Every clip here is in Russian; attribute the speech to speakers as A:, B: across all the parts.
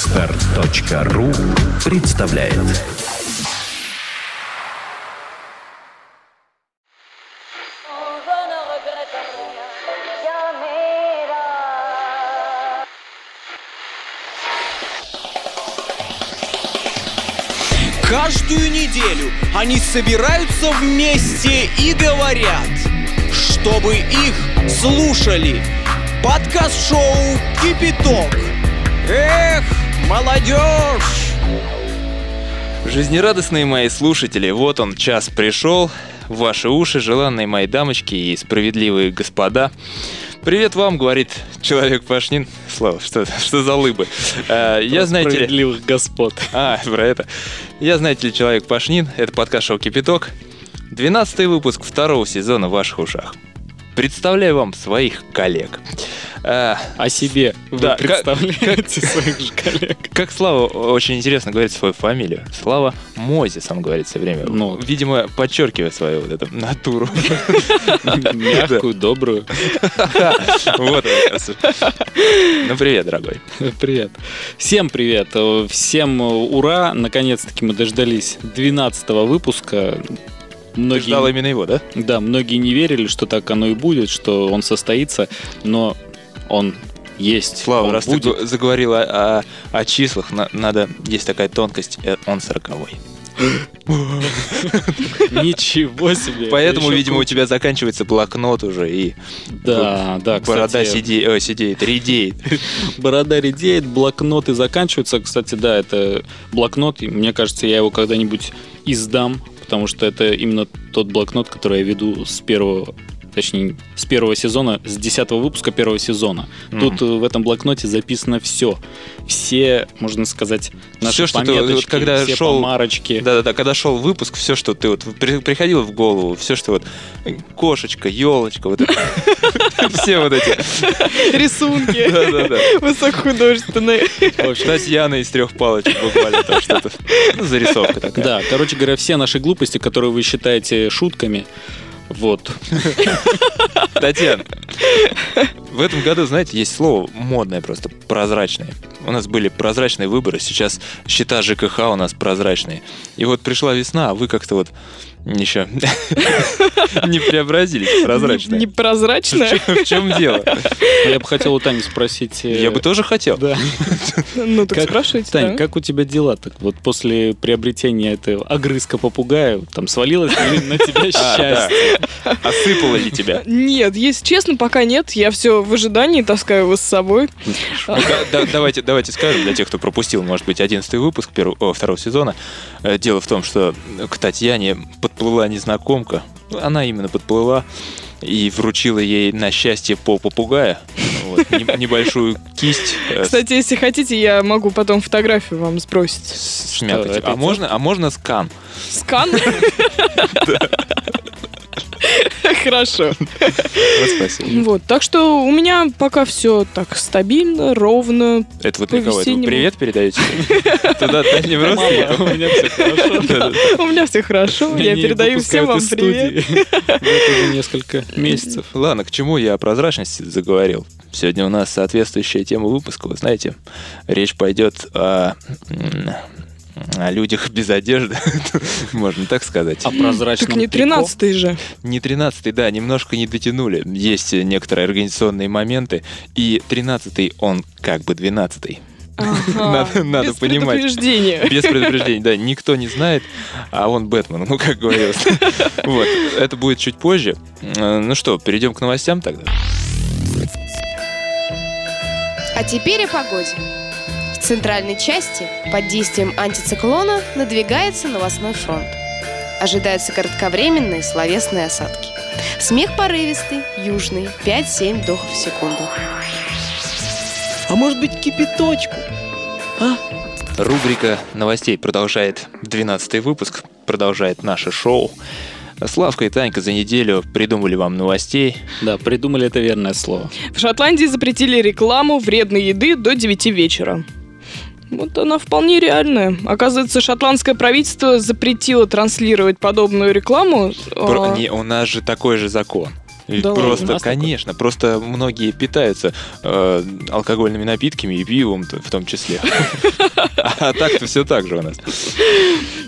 A: Отстар.ру представляет
B: Каждую неделю они собираются вместе и говорят, чтобы их слушали. Подкаст-шоу «Кипяток». Эх, молодежь!
C: Жизнерадостные мои слушатели, вот он, час пришел. В ваши уши, желанные мои дамочки и справедливые господа. Привет вам, говорит человек Пашнин. Слава, что, что за лыбы? Э, я, знаете ли...
D: Справедливых господ.
C: А, про это. Я, знаете ли, человек Пашнин. Это подкаст «Шоу Кипяток». 12 выпуск второго сезона в ваших ушах. Представляю вам своих коллег. Э,
D: О себе вы
C: Да, как-
D: представляете своих же коллег.
C: Как Слава очень интересно говорит свою фамилию. Слава Мозис, он говорит все время.
D: Ну.
C: Видимо, подчеркивает свою вот эту натуру.
D: Мягкую, добрую.
C: Вот. Ну, привет, дорогой.
D: Привет. Всем привет. Э, Всем э, ура. Наконец-таки мы дождались 12 выпуска.
C: Ты
D: Многие,
C: ждал именно его, да?
D: да, многие не верили, что так оно и будет, что он состоится, но он есть.
C: Слава,
D: он
C: раз
D: будет.
C: ты заговорила о, о- о числах, на- надо, есть такая тонкость, э, он сороковой.
D: Ничего себе. это
C: Поэтому,
D: еще
C: видимо, у тебя заканчивается блокнот уже, и
D: круче. Да, да, кстати.
C: борода сиде- э, сидеет, редеет.
D: Борода редеет, блокноты заканчиваются. Кстати, да, это блокнот. и Мне кажется, я его когда-нибудь издам, потому что это именно тот блокнот, который я веду с первого точнее, с первого сезона, с десятого выпуска первого сезона.
C: Мгм.
D: Тут э, в этом блокноте записано все. Все, можно сказать, наши
C: Всё, что ты вот-
D: пометочки,
C: вот когда
D: все
C: шёл-
D: помарочки.
C: Да-да-да, когда шел выпуск, все, что ты вот при- приходило в голову, все, что вот э, кошечка, елочка, вот это. все вот эти.
E: рисунки
C: Да-да-да.
E: высокохудожественные.
C: Татьяна из трех палочек буквально там что-то. Ну, Зарисовка такая.
D: Да, короче говоря, все наши глупости, которые вы считаете шутками, вот.
C: Татьяна, в этом году, знаете, есть слово модное просто, прозрачное. У нас были прозрачные выборы, сейчас счета ЖКХ у нас прозрачные. И вот пришла весна, а вы как-то вот еще не преобразились в прозрачное.
E: Не-
C: В чё-
E: Непрозрачная?
C: В чем дело?
D: Я бы хотел у Тани спросить... э,
C: Я бы тоже хотел.
D: Да.
E: Ну, так
D: Как-
E: спрашивайте,
D: Тань,
E: да.
D: как у тебя дела так? Вот после приобретения этого огрызка попугая, там свалилось ли на тебя
C: А, да.
D: счастье?
C: Осыпало ли тебя?
E: Нет, если честно, пока нет. Я все в ожидании таскаю его с собой.
C: Ну-ка, Ну, да- давайте, давайте скажем для тех, кто пропустил, может быть, 11 выпуск первого, о, второго сезона. Э, Дело в том, что к Татьяне подплыла незнакомка. Ну, Она именно подплыла и вручила ей на счастье по попугая Вот, не- небольшую кисть э, с-
E: Кстати, если хотите, я могу потом фотографию вам сбросить.
C: с смятой.
D: это
C: А
D: идет?
C: можно, а можно скан?
E: Скан? Хорошо.
C: Вот спасибо.
E: Вот, так что у меня пока все так стабильно, ровно.
C: Это вот для кого? Это вы
E: По-весеннему.
C: привет передаете? Туда дальним
D: Мама,
C: родственникам?
D: у меня все хорошо.
C: Да-да-да.
E: У меня все хорошо. Я
D: Меня не
E: передаю всем вам
D: выпускают из
E: привет.
D: студии. Вот уже несколько месяцев.
C: Ладно, к чему я о прозрачности заговорил? Сегодня у нас соответствующая тема выпуска, вы знаете, речь пойдет о, м, о людях без одежды, можно так сказать.
D: О прозрачном
E: Так не
D: А трико.
E: 13 же.
C: Не 13 да, немножко не дотянули. Есть некоторые организационные моменты, и 13 он как бы 12 Надо-
E: Ага,
C: надо
E: без
C: понимать.
E: предупреждения.
C: Без предупреждений, да, никто не знает, а он Бэтмен, ну как говорилось. Вот, это будет чуть позже. Э, Ну что, перейдем к новостям тогда.
F: А теперь о погоде. В центральной части под действием антициклона надвигается новостной фронт. Ожидаются кратковременные словесные осадки. Смех порывистый, южный, 5-7 вдохов в секунду.
B: А может быть, кипяточку? А?
C: Рубрика новостей продолжает 12 выпуск, продолжает наше шоу. Славка и Танька за неделю придумали вам новостей.
D: Да, придумали это верное слово.
E: В Шотландии запретили рекламу вредной еды до 9 вечера. Вот она вполне реальная. Оказывается, шотландское правительство запретило транслировать подобную рекламу.
C: Про-
E: а,
C: не, у нас же такой же закон. Ведь
E: Да ладно,
C: просто,
E: настолько?
C: конечно, просто многие питаются э, алкогольными напитками и пивом то- в том числе. А так-то все так же у нас.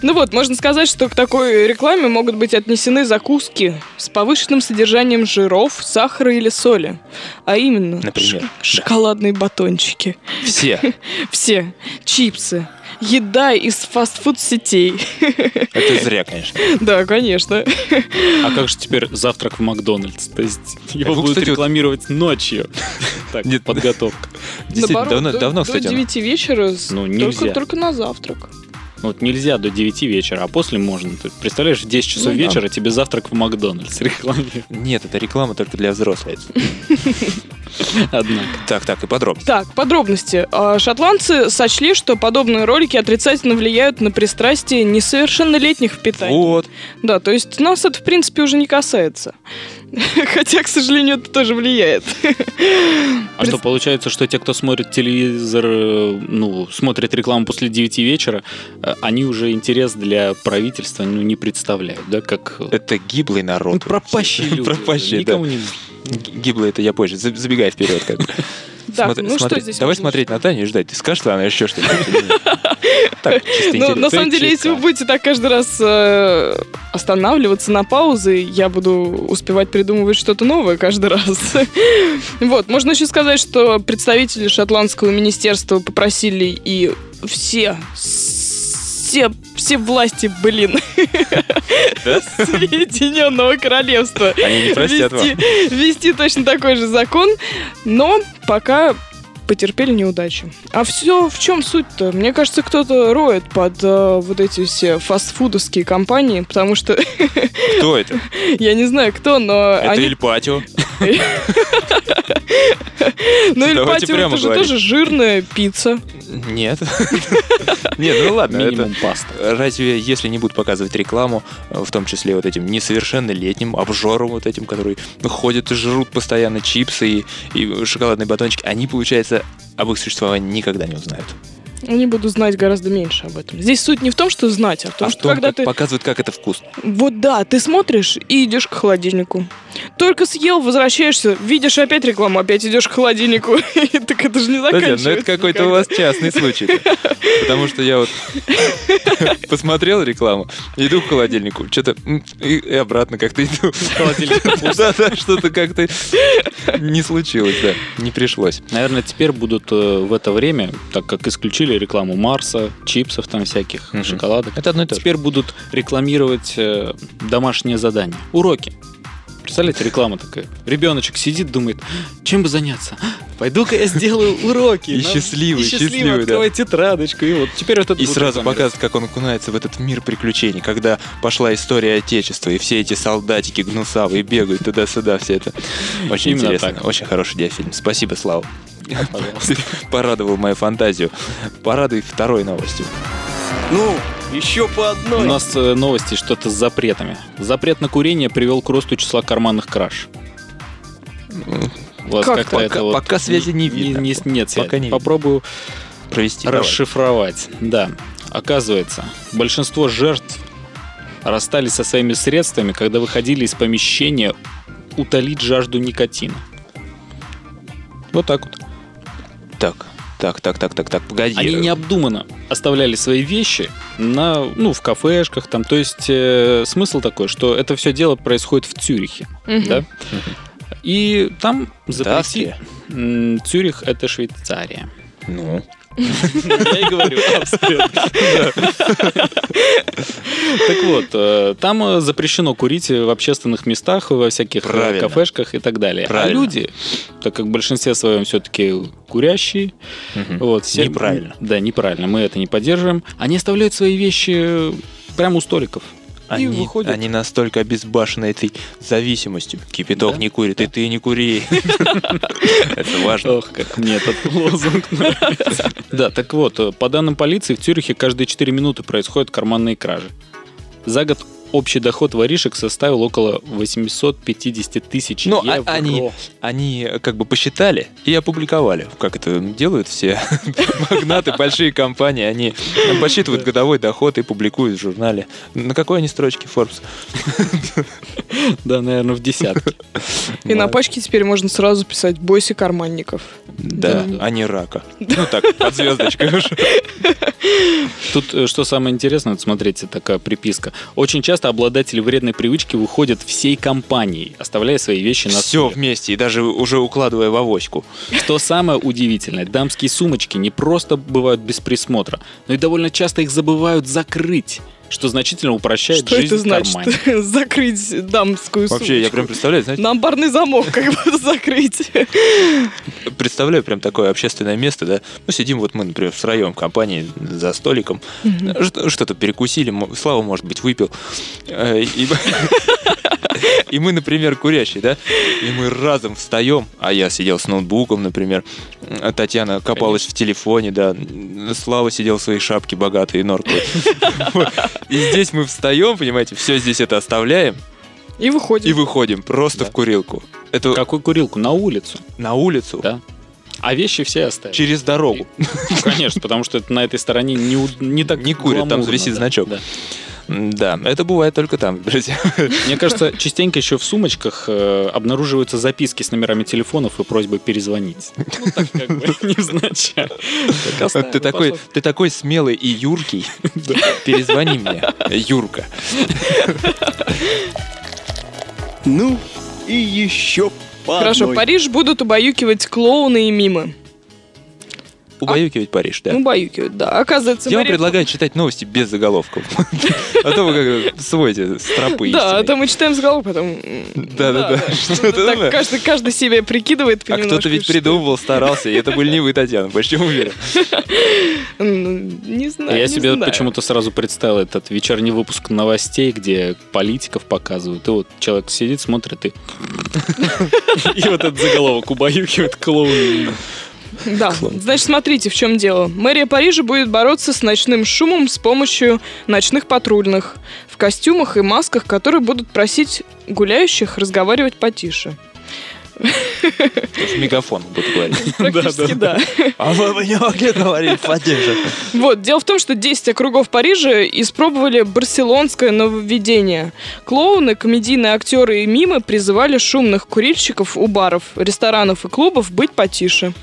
E: Ну вот, можно сказать, что к такой рекламе могут быть отнесены закуски с повышенным содержанием жиров, сахара или соли. А именно,
C: Например,
E: ш- шоколадные батончики,
C: Все.
E: все, чипсы, еда из фастфуд-сетей.
C: Это зря, конечно.
E: Да, конечно.
D: А как же теперь завтрак в Макдональдс? То есть его
C: Вы,
D: будут
C: кстати, вот-
D: рекламировать ночью. Так,
C: Нет.
D: подготовка.
C: Действительно,
E: Наоборот,
C: давно,
E: до-
C: давно,
E: До
C: кстати, он-
E: 9 вечера с-
D: Ну,
E: только
D: нельзя.
E: только на завтрак.
D: Ну, Вот нельзя до 9 вечера, а после можно. Ты представляешь, в 10 часов
C: Ну да.
D: вечера тебе завтрак в Макдональдс рекламируют.
C: Нет, это реклама только для взрослых.
D: Однако.
C: Так, так, и подробно.
E: Так, подробности. А, Шотландцы сочли, что подобные ролики отрицательно влияют на пристрастие несовершеннолетних в питании.
C: Вот.
E: Да, то есть нас это, в принципе, уже не касается. Хотя, к сожалению, это тоже влияет.
D: А что, получается, что те, кто смотрит телевизор, э, ну, смотрит рекламу после 9 вечера, э, они уже интерес для правительства ну, не представляют, да, как... э,
C: Это гиблый
D: ну,
C: народ.
D: пропащие люди.
C: Пропащие, да.
D: Никому не нужны.
C: Гиблый это я позже. За- Забегай вперед. Как. бы.
E: Так,
C: Смотри-
E: ну что
C: смотри-
E: здесь?
C: Давай
E: можно
C: смотреть на Таню и ждать. Ты скажешь, что она еще что-нибудь? или нет? Так, чисто
E: еще? Ну, на
C: интересно.
E: самом деле, если вы будете так каждый раз э, останавливаться на паузы, я буду успевать придумывать что-то новое каждый раз. Вот, можно еще сказать, что представители шотландского министерства попросили и все, все, все власти, блин, Соединенного Королевства
C: Они не простят вам.
E: ввести, ввести точно такой же закон, но пока потерпели неудачу. А все в чем суть-то? Мне кажется, кто-то роет под э, вот эти все фастфудовские компании, потому что
C: Кто это?
E: я не знаю кто, но
C: Это
E: они...
C: Эль Патио.
E: Ну, или
C: давайте
E: патио,
C: прямо
E: это же
C: говорить.
E: тоже жирная пицца.
C: Нет. Нет, ну ладно, это...
D: Минимум паста.
C: Разве, если не будут показывать рекламу, э, в том числе вот этим несовершеннолетним, обжорам вот этим, которые ходят и жрут постоянно чипсы и, и шоколадные батончики, они, получается, об их существовании никогда не узнают.
E: Они буду знать гораздо меньше об этом. Здесь суть не в том, что знать, а в том,
C: а в
E: что
C: том,
E: когда
C: как
E: ты...
C: показывают, как это вкусно.
E: Вот да, ты смотришь и идешь к холодильнику. Только съел, возвращаешься, видишь опять рекламу, опять идешь к холодильнику. И Так это же не заканчивается.
C: ну это какой-то
E: никогда.
C: у вас частный случай. Потому что я вот посмотрел рекламу, иду к холодильнику, что-то и и обратно как-то иду. Да, да, что-то как-то не случилось, да, не пришлось.
D: Наверное, теперь будут э, в это время, так как исключили рекламу Марса, чипсов там всяких,
C: Мгм.
D: шоколадок,
C: Это одно и
D: Ну, теперь будут рекламировать э, домашние задания, уроки. Представляете, реклама такая. Ребеночек сидит, думает, «А, чем бы заняться? А, Пойду-ка я сделаю уроки.
C: И счастливый,
D: и
C: счастливый, да.
D: открывает тетрадочку. И вот теперь вот это
C: И
D: будет
C: сразу
D: рекламировать.
C: показывают, как он окунается в этот мир приключений, когда пошла история Отечества, и все эти солдатики гнусавые бегают туда-сюда, все это. Очень
D: Именно
C: интересно.
D: так.
C: Очень хороший диафильм. Спасибо, Слава. Ты порадовал мою фантазию. Порадуй второй новостью.
B: Ну, еще по
D: У
B: одной.
D: нас э, новости что-то с запретами. Запрет на курение привел к росту числа карманных краж. Вот
E: Как
D: как-то
E: пока-
D: это вот
C: Ну, пока связи не видно.
D: не- нет, связи.
C: Пока не видно.
D: Попробую
C: Провести.
D: расшифровать. Да. Оказывается, большинство жертв расстались со своими средствами, когда выходили из помещения утолить жажду никотина. Вот так вот.
C: давай. Так, так, так, так, так, так. Погоди.
D: Они необдуманно оставляли свои вещи на, ну, в кафешках там. То есть э, смысл такой, что это все дело происходит в Цюрихе,
E: Мгм.
D: да? И там запретили...
C: Австрия?
D: М, Цюрих — это Швейцария.
C: Ну.
D: Я и говорю, Австрия. Так вот, э, там э, запрещено курить в общественных местах, во всяких э,
C: Правильно.
D: кафешках и так далее. А
C: Правильно.
D: люди, так как в большинстве своем все-таки курящие,
C: Мгм.
D: вот, все...
C: Неправильно.
D: Да, неправильно, мы это не поддерживаем. Они оставляют свои вещи прямо у столиков.
C: Они,
D: выходят.
C: они настолько обезбашены этой зависимостью. Кипяток
D: Да.
C: не курит, и ты не кури. Это важно.
D: Ох, как мне этот лозунг нравится. Да, так вот, э, по данным полиции, в Цюрихе каждые 4 минуты происходят карманные кражи. За год общий доход воришек составил около 850 тысяч
C: Ну, а
D: евро.
C: они- Они э, как бы посчитали и опубликовали, как это делают все магнаты, большие компании, они подсчитывают годовой доход и публикуют в журнале. На какой они строчке Forbes?
D: Да, наверное, в десятки.
E: И на
C: Молодцы.
E: пачке теперь можно сразу писать «Бойся карманников».
C: Да,
E: Да.
C: а не рака. Ну так, под звездочкой уже.
D: Тут, э, что самое интересное, вот смотрите, такая приписка. Очень часто обладатели вредной привычки выходят всей компанией, оставляя свои вещи на
C: Все
D: стуле.
C: вместе, и даже уже укладывая в авоську.
D: Что самое удивительное, дамские сумочки не просто бывают без присмотра, но и довольно часто их забывают закрыть, что значительно упрощает
E: Что
D: жизнь
E: это значит?
D: кармане.
E: Закрыть дамскую
C: Вообще, я
E: сумочку.
C: прям представляю, знаете,
E: На амбарный замок как будто закрыть.
C: представляю прям такое общественное место, да. Ну, сидим вот мы, например, втроем в компании за столиком, Ж- что-то перекусили, мо- Слава, может быть, выпил. Э, И и мы, например, курящие, да? И мы разом встаем, а я сидел с ноутбуком, например, а Татьяна копалась в телефоне, да, Слава сидел в своей шапке богатой и норковой. Вот. И здесь мы встаем, понимаете, все здесь это оставляем
E: И
C: и
E: выходим.
C: выходим просто
D: Да.
C: в курилку. Это
D: Какую курилку? На улицу.
C: на улицу,
D: Да. а вещи все оставили.
C: через дорогу.
D: Ну, Конечно, потому что это на этой стороне не, у- не так
C: Не курят, там
D: гламурно,
C: висит
D: да,
C: значок.
D: да.
C: Да, это бывает только там, друзья.
D: Мне кажется, частенько еще в сумочках э, обнаруживаются записки с номерами телефонов и просьбы перезвонить. Ну, так как бы, невзначай. Так оставил,
C: Ты такой,
D: пошел.
C: ты такой смелый и юркий. Перезвони мне, Юрка.
B: Ну и еще по
E: Хорошо,
B: одной.
E: Париж будут убаюкивать клоуны и мимы.
C: Убаюкивать Париж, да.
E: Ну, Убаюкивают, да. Оказывается,
C: Я вам
E: Мария-
C: предлагаю читать новости без заголовков. А то вы как сводите с тропы
E: Да, а
C: истины.
E: то мы читаем с головы потом.
C: Да-да-да. Что-то
E: Так
C: такое.
E: каждый, каждый себе прикидывает
C: А кто-то
E: понемножку,
C: ведь
E: что-
C: придумывал, старался, и это были не вы, Татьяна, почти уверен.
E: Ну, Не знаю,
D: А Я
E: не
D: себе
E: знаю.
D: почему-то сразу представил этот вечерний выпуск новостей, где политиков показывают. И вот человек сидит, смотрит и... И вот этот заголовок убаюкивает клоуны.
E: Да. Значит, смотрите, в чем дело. Мэрия Парижа будет бороться с ночным шумом с помощью ночных патрульных в костюмах и масках, которые будут просить гуляющих разговаривать потише.
C: В мегафон буду говорить.
E: Практически да.
C: А вы мне могли говорить, поддерживать.
E: Вот, дело в том, что 10 округов Парижа испробовали барселонское нововведение. Клоуны, комедийные актеры и мимы призывали шумных курильщиков у баров, ресторанов и клубов быть потише.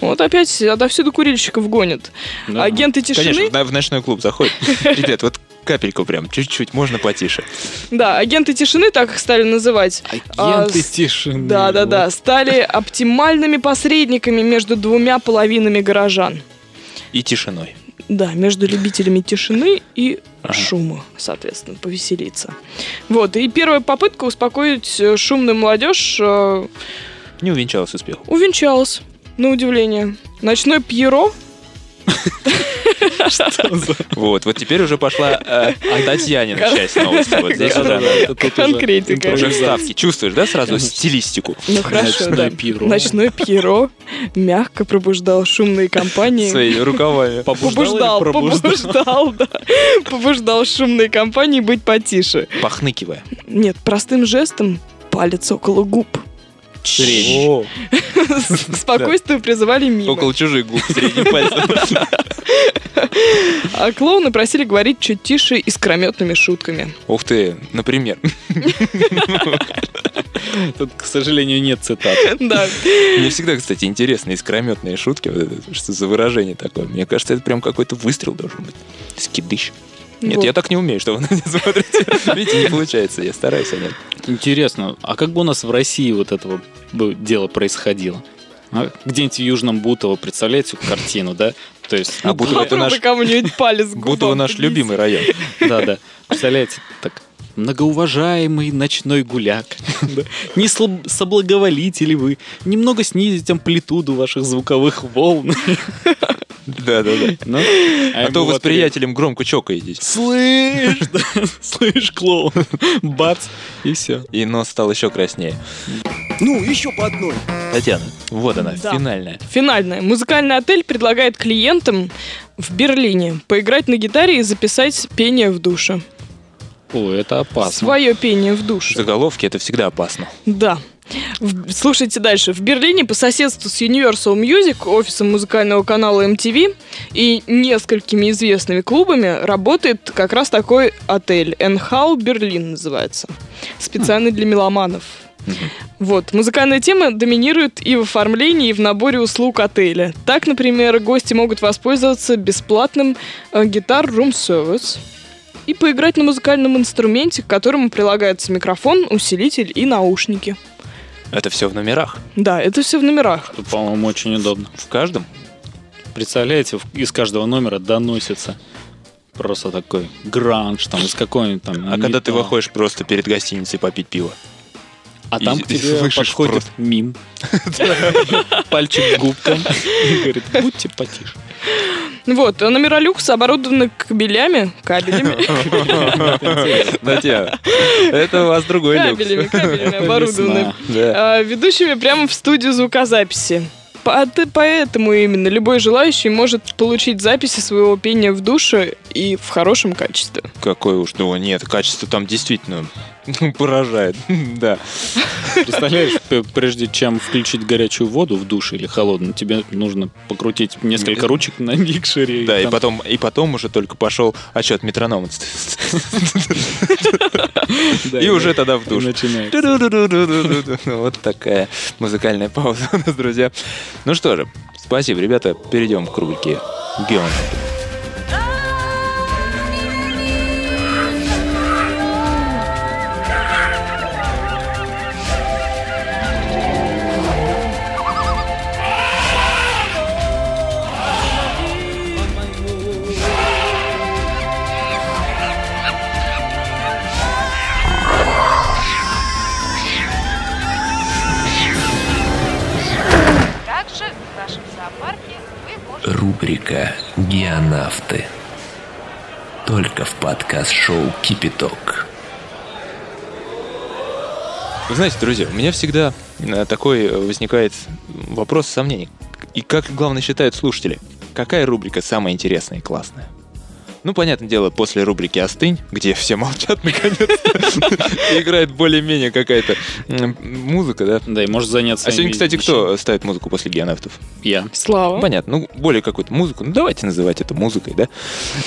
E: Вот опять отовсюду курильщиков гонят.
D: Да.
E: Агенты тишины...
C: Конечно, в на- в ночной клуб заходит. Ребят, вот капельку прям, чуть-чуть, можно потише.
E: Да, агенты тишины, так их стали называть.
D: Агенты
E: А, с-
D: тишины.
E: Да, да, да,
D: Вот.
E: стали оптимальными посредниками между двумя половинами горожан.
C: И тишиной.
E: Да, между любителями тишины и
C: Ага.
E: шума, соответственно, повеселиться. Вот, и первая попытка успокоить э, шумную молодежь э,
C: Не увенчалось успехом.
E: увенчалась, на удивление. Ночной Пьеро
C: Вот, вот теперь уже пошла э, Татьянина часть новости. Вот здесь уже она-
D: Это тут уже
E: конкретика.
C: Уже вставки. Чувствуешь, да, сразу стилистику?
E: Ну хорошо,
D: Ночной
E: да.
D: Пьеро.
E: Ночной Пьеро мягко пробуждал шумные компании.
C: Своими рукавами.
E: Побуждал,
D: или пробуждал?
E: побуждал, да. Побуждал шумные компании быть потише.
C: Пахныкивая.
E: Нет, простым жестом палец около губ.
D: Средний.
C: О,
E: К спокойствию призывали мимо.
C: Около чужих губ средним пальцем.
E: А клоуны просили говорить чуть тише искрометными шутками.
C: Ух ты, например.
D: Тут, к сожалению, нет цитат.
E: Да,
C: Мне всегда, кстати, интересны искрометные шутки. Вот это, что за выражение такое? Мне кажется, это прям какой-то выстрел должен быть. Скидыш. Нет,
E: Вот.
C: я так не умею, что вы на меня смотрите. Видите, не получается, я стараюсь, а нет.
D: Интересно, а как бы у нас в России вот этого бы дело происходило? А? Где-нибудь в Южном Бутово, представляете эту картину, да? То есть,
E: Ну,
C: А Бутово это наш,
E: попробуй кому-нибудь палец к
C: Бутово
E: губам
C: наш
E: прибить.
C: любимый район.
D: да, да, представляете, так, многоуважаемый ночной гуляк, да, не слаб- соблаговолите ли вы немного снизить амплитуду ваших звуковых волн?
C: Да-да-да.
D: Ну,
C: А
D: ему
C: то
D: в ответ,
C: восприятелем громко чокаетесь.
D: Слышь, да, слышь, клоун, бац, и все.
C: И нос стал еще краснее.
B: Ну, еще по одной.
C: Татьяна, вот она,
E: Да.
C: финальная.
E: Финальное. Музыкальный отель предлагает клиентам в Берлине поиграть на гитаре и записать пение в душе.
D: Ой, это опасно.
E: Свое пение в душе.
C: Заголовки это всегда опасно.
E: Да. В- слушайте дальше. В Берлине по соседству с Universal Music, офисом музыкального канала MTV и несколькими известными клубами работает как раз такой отель. Энхау Берлин называется. Специально для меломанов. Вот. Музыкальная тема доминирует и в оформлении, и в наборе услуг отеля. Так, например, гости могут воспользоваться бесплатным э, гитар Room Service и поиграть на музыкальном инструменте, к которому прилагается микрофон, усилитель и наушники.
C: Это все в номерах.
E: Да, это все в номерах.
D: Это, по-моему, очень удобно.
C: В каждом.
D: Представляете, в- из каждого номера доносится просто такой гранж, там, из какой-нибудь там...
C: А когда ты
D: металл.
C: выходишь просто перед гостиницей попить пиво.
D: А там
C: и-
D: к
C: и
D: тебе
C: слышишь
D: подходит
C: просто.
D: мим. Пальчик к губкам. И говорит, будьте потише.
E: Вот, а номера люкса оборудованы кабелями, кабелями,
C: Надя, это у вас другой
E: кабелями,
C: люкс.
E: кабелями оборудованы.
D: Весна.
C: Да.
E: а, Ведущими прямо в студию звукозаписи. По- от- Поэтому именно любой желающий может получить записи своего пения в душе и в хорошем качестве.
C: Какой уж, ну нет, качество там действительно поражает. Да.
D: Представляешь, п- прежде чем включить горячую воду в душе или холодную, тебе нужно покрутить несколько ручек на микшере.
C: Да, и
D: там-
C: потом, и потом уже только пошел отчет метронома.
D: да,
C: И уже тогда в
D: и
C: душ.
D: начинается.
C: Ду-ду-ду-ду-ду-ду-ду. Вот такая музыкальная пауза у нас, друзья. Ну что же, спасибо, ребята. Перейдем к рубрике Геон.
G: Также в нашем зоопарке вы можете...
A: Рубрика «Геонавты». Только в подкаст-шоу «Кипяток».
C: Вы знаете, друзья, у меня всегда э, такой э, возникает вопрос сомнений. И как, главное, считают слушатели, какая рубрика самая интересная и классная? Ну, понятное дело, после рубрики «Остынь», где все молчат, наконец, играет более-менее какая-то м, музыка, да?
D: Да, и может заняться...
C: А сегодня,
D: ими
C: кстати,
D: еще.
C: кто ставит музыку после геонавтов?
D: Я.
E: Слава.
C: Понятно, ну, более какую-то музыку. Ну, давайте называть это музыкой, да?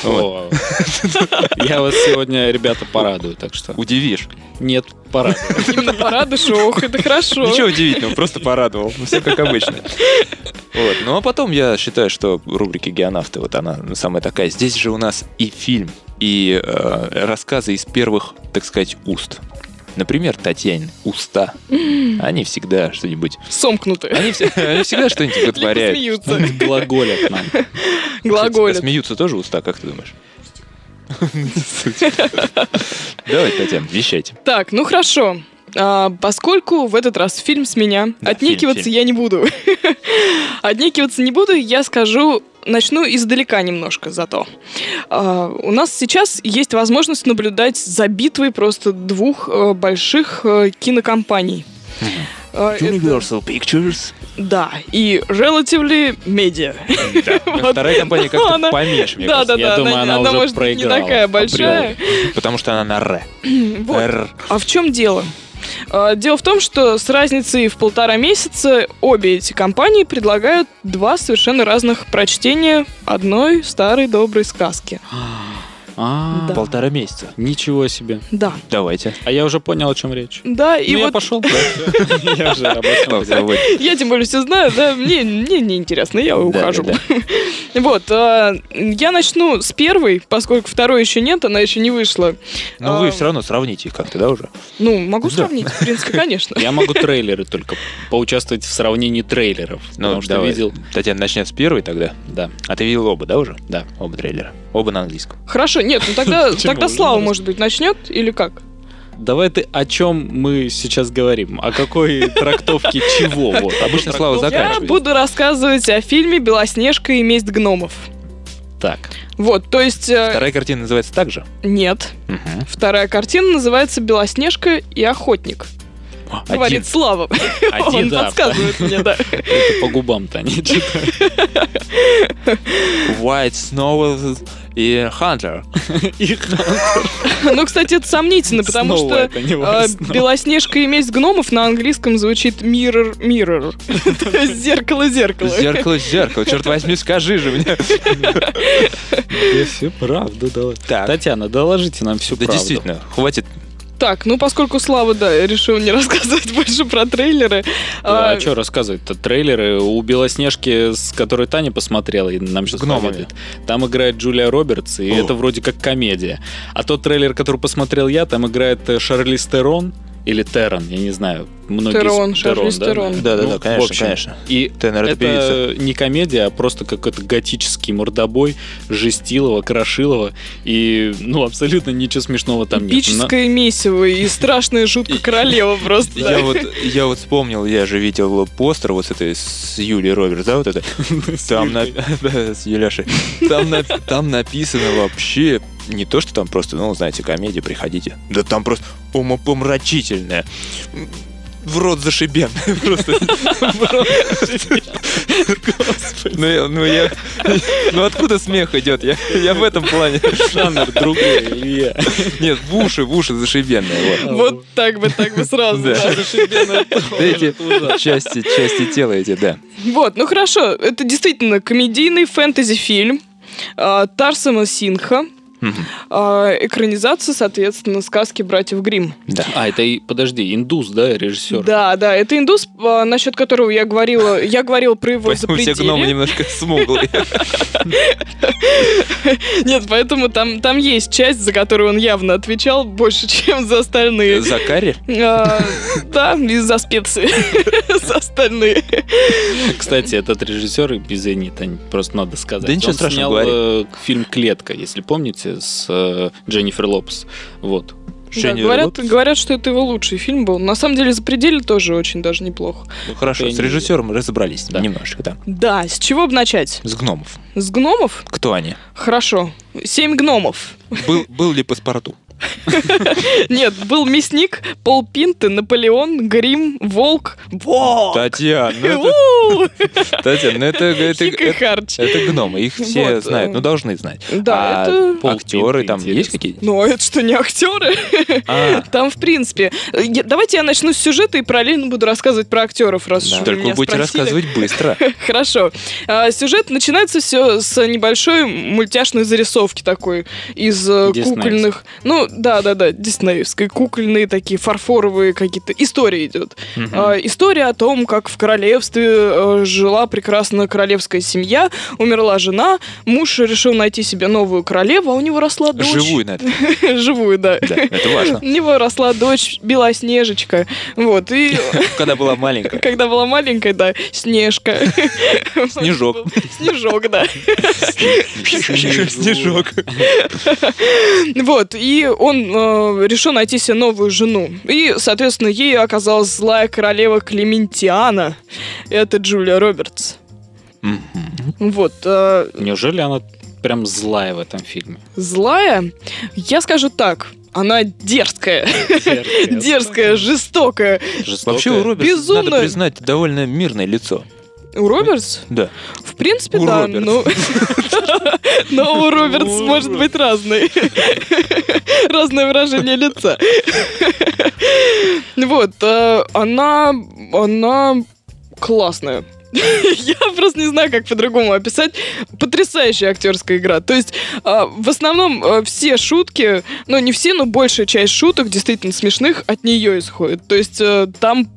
C: Вот.
D: О. Я вас сегодня, ребята, порадую, так что...
C: Удивишь.
D: Нет, порадую.
E: Именно парады шоу, это хорошо.
C: Ничего удивительного, просто порадовал. Все как обычно. Вот. Ну а потом я считаю, что рубрика «Геонавты», вот она самая такая. Здесь же у нас и фильм, и э, рассказы из первых, так сказать, уст. Например, Татьянин, уста. Они всегда что-нибудь...
E: Сомкнутые.
C: Они, вс- они всегда что-нибудь вытворяют.
E: Либо смеются,
D: Глаголят нам.
C: Кстати, а
E: глаголят.
C: смеются тоже уста, как ты думаешь? Давай, Татьяна, вещайте.
E: Так, ну хорошо. А, поскольку в этот раз фильм с меня,
C: Да,
E: отнекиваться
C: фильм,
E: я не буду. отнекиваться не буду, я скажу, начну издалека немножко зато. А, у нас сейчас есть возможность наблюдать за битвой просто двух э, больших э, кинокомпаний. А, это-
C: Pictures.
E: да, и Relatively Media. Вот.
C: Вторая компания
E: Она-
C: как-то поменьше, мне
E: Да,
C: кажется.
E: да, да,
D: Я думаю, она уже
E: может быть,
D: проиграла.
E: не такая большая.
C: Потому что она на «Р». Э,
E: Вот.
C: «Р».
E: А в чем дело? А, Дело в том, что с разницей в полтора месяца обе эти компании предлагают два совершенно разных прочтения одной старой доброй сказки.
D: А,
E: Да.
C: Полтора месяца.
D: Ничего себе.
E: Да.
C: Давайте.
D: А я уже понял, о чем речь.
E: Да, и
D: ну, я
E: вот
D: пошел. Я уже об этом понял.
C: Давайте.
E: я тем более все знаю, да, мне, мне неинтересно, я ухожу.
C: да,
E: Вот, а, я начну с первой, поскольку второй еще нет, она еще не вышла.
C: Но
E: А,
C: Ну, вы все равно сравните их как-то, да, уже?
E: Ну, могу
C: Да.
E: сравнить, в принципе, конечно.
D: Я могу трейлеры только поучаствовать в сравнении трейлеров. потому что
C: Ну, давай.
D: видел.
C: Татьяна начнет с первой тогда.
D: Да.
C: А ты видел оба, да, уже?
D: Да.
C: Оба трейлера. Оба на английском.
E: Хорошо, нет, ну тогда,
D: Почему?
E: тогда Слава,
D: Ну, раз-
E: может быть, начнет или как?
D: Давай ты о чем мы сейчас говорим? О какой трактовке чего? Вот.
C: Обычно
D: Трактовка-
C: Слава
E: Я
C: заканчивает.
E: буду рассказывать о фильме «Белоснежка и месть гномов».
D: Так.
E: Вот, то есть... э,
C: Вторая картина называется так же.
E: Нет. Вторая картина называется «Белоснежка и охотник».
D: А, Один,
E: Говорит Слава.
D: один,
E: Он
D: да.
E: подсказывает мне, да.
D: Это по губам, Таня.
C: White Snow и Hunter.
E: Ну, кстати, это сомнительно, потому
D: Снова
E: что
D: это не
E: э,
D: важно.
E: Белоснежка и месть гномов на английском звучит mirror, mirror. То есть Зеркало-зеркало.
C: Зеркало, зеркало, черт возьми, скажи же мне.
D: все правда,
C: Так.
D: Татьяна, доложите нам всю
C: Да
D: правду.
C: действительно, хватит.
E: Так, ну поскольку Слава, да, решил не рассказывать больше про трейлеры.
D: Да,
E: а,
D: А что рассказывать-то? Трейлеры у Белоснежки, с которой Таня посмотрела, и нам сейчас
C: Гномами.
D: Там играет Джулия Робертс, и
C: О.
D: это вроде как комедия. А тот трейлер, который посмотрел я, там играет э, Шарлиз Терон или Террон, я не знаю. Многие
E: Терон,
D: с-
E: Шарлиз Терон.
C: Да, да,
D: Ну,
C: да,
D: в
C: конечно,
D: общем,
C: конечно.
D: И
C: Террон это
D: это
C: певица.
D: не комедия, а просто какой-то готический мордобой Жестилова, Крашилова. И, ну, абсолютно ничего смешного там нет.
E: Эпическое месиво и страшная жутко королева просто.
C: Я
E: да.
C: вот, я вот вспомнил, я же видел постер вот с этой, с Юлией Робертс, да, вот это? Там, на- да, с Юляшей. Там, на- там написано вообще не то, что там просто, ну, знаете, комедия, приходите. Да там просто умопомрачительная. М, В рот зашибен. Просто. в рот зашибен. Ну, я- ну, я... Ну, откуда смех идет? Я, я в этом плане.
D: Жанр другой, Илья.
C: Нет, в уши, в уши зашибенные. Вот.
E: Вот так бы, так бы сразу.
C: Да.
E: да.
C: Эти части, части тела эти, да.
E: Вот, ну хорошо, это действительно комедийный фэнтези-фильм а, Тарсема Синха. А, экранизация, соответственно, сказки братьев Гримм.
D: А, это, и- подожди, индус, да, режиссер?
E: Да, да, это индус, а, насчет которого я говорила, я говорила про его
C: Поэтому все гномы
E: запретили.
C: немножко смуглые.
E: Нет, поэтому там, там есть часть, за которую он явно отвечал больше, чем за остальные.
C: Закари?
E: А, Да, из-за специи. За остальные.
D: Кстати, этот режиссер, и без «Зенита», не- просто надо сказать.
C: Да ничего
D: он
C: страшного,
D: снял
C: говори.
D: э, фильм «Клетка», если помните, с э, Дженнифер Лопес. Вот.
E: Да,
C: Женя
E: Говорят,
C: Лопес?
E: говорят, что это его лучший фильм был. На самом деле, за пределе тоже очень даже неплохо.
C: Ну хорошо, с
D: Пенни.
C: режиссером разобрались
D: Да.
C: немножко, да.
E: Да, с чего бы начать?
C: С гномов.
E: С гномов?
C: Кто они?
E: Хорошо. Семь гномов.
C: Был, был ли паспорту?
E: Нет, был мясник, Пол Пинты, Наполеон, Грим, Волк. Волк!
C: Татьяна, ну это-
E: У-у-у!
C: Татьяна, ну это, это,
E: Хик и
C: это,
E: харч.
C: это гномы, их все
E: Вот,
C: знают,
E: э,
C: ну должны знать. А
E: Да, это...
D: Пол
C: актеры
D: Пинта
C: там есть
D: интересно.
C: какие-то?
E: Ну, а это что, не актеры?
C: А,
E: Там, в принципе... э, я- Давайте я начну с сюжета и параллельно буду рассказывать про актеров, раз уж вы
C: только вы
E: меня
C: будете
E: спросили.
C: рассказывать быстро.
E: Хорошо. А, Сюжет начинается все с небольшой мультяшной зарисовки такой из э,
D: Диснеевской.
E: кукольных. Ну, да, да, да, диснеевской. Кукольные такие фарфоровые какие-то. История идет. А, История о том, как в королевстве э, жила прекрасная королевская семья, умерла жена, муж решил найти себе новую королеву, а у него росла дочь.
C: Живую надо.
E: Живую, да.
C: Да, это важно.
E: У него росла дочь Белоснежечка. Вот, и
C: Когда была маленькая.
E: когда была маленькая, да, Снежка.
C: Снежок.
E: Снежок, да.
C: Снежок.
E: Вот, и он э, решил найти себе новую жену. И, соответственно, ей оказалась злая королева Клементиана. Это Джулия Робертс. Вот, э,
D: Неужели она прям злая в этом фильме?
E: злая, я скажу так, она дерзкая, дерзкая, жестокая.
D: Жестокая.
C: Вообще у Робертс,
E: Безумно.
C: надо признать, довольно мирное лицо.
E: У Робертс?
C: Да.
E: В принципе,
C: У
E: да,
C: Робертс.
E: но... но у Робертс
D: У
E: может быть разный. Разное выражение лица. Вот, э, она... Она классная. Я просто не знаю, как по-другому описать. Потрясающая актерская игра. То есть, э, в основном э, все шутки, ну не все, но большая часть шуток, действительно смешных, от нее исходит. То есть, э, там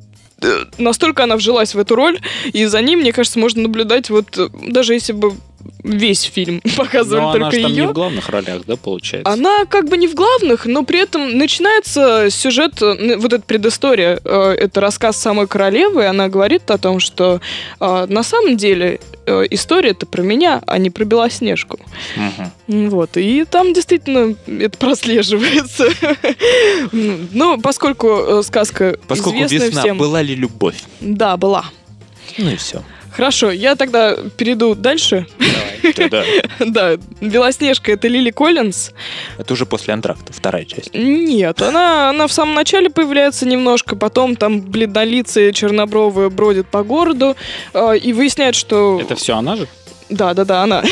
E: э, настолько она вжилась в эту роль, и за ней, мне кажется, можно наблюдать вот э, даже если бы весь фильм показывали
D: Но она
E: только
D: же там не
E: ее.
D: в главных ролях, да, получается?
E: Она как бы не в главных, но при этом начинается сюжет, э, н- вот эта предыстория, э, это рассказ самой королевы, и она говорит о том, что э, на самом деле э, история это про меня, а не про Белоснежку.
C: Мгм.
E: М, Вот, и там действительно это прослеживается. М, Ну, поскольку э, сказка
C: Поскольку
E: известная
C: весна,
E: всем.
C: была ли любовь?
E: Да, была.
C: Ну и все.
E: Хорошо, я тогда перейду дальше.
C: Да, да.
E: Да, Белоснежка это Лили Коллинз.
C: Это уже после антракта, вторая часть.
E: Нет, она, она в самом начале появляется немножко, потом там бледнолицые чернобровые бродят по городу э, и выясняет, что...
D: Ну. Это все она же?
E: Да, да, да, она.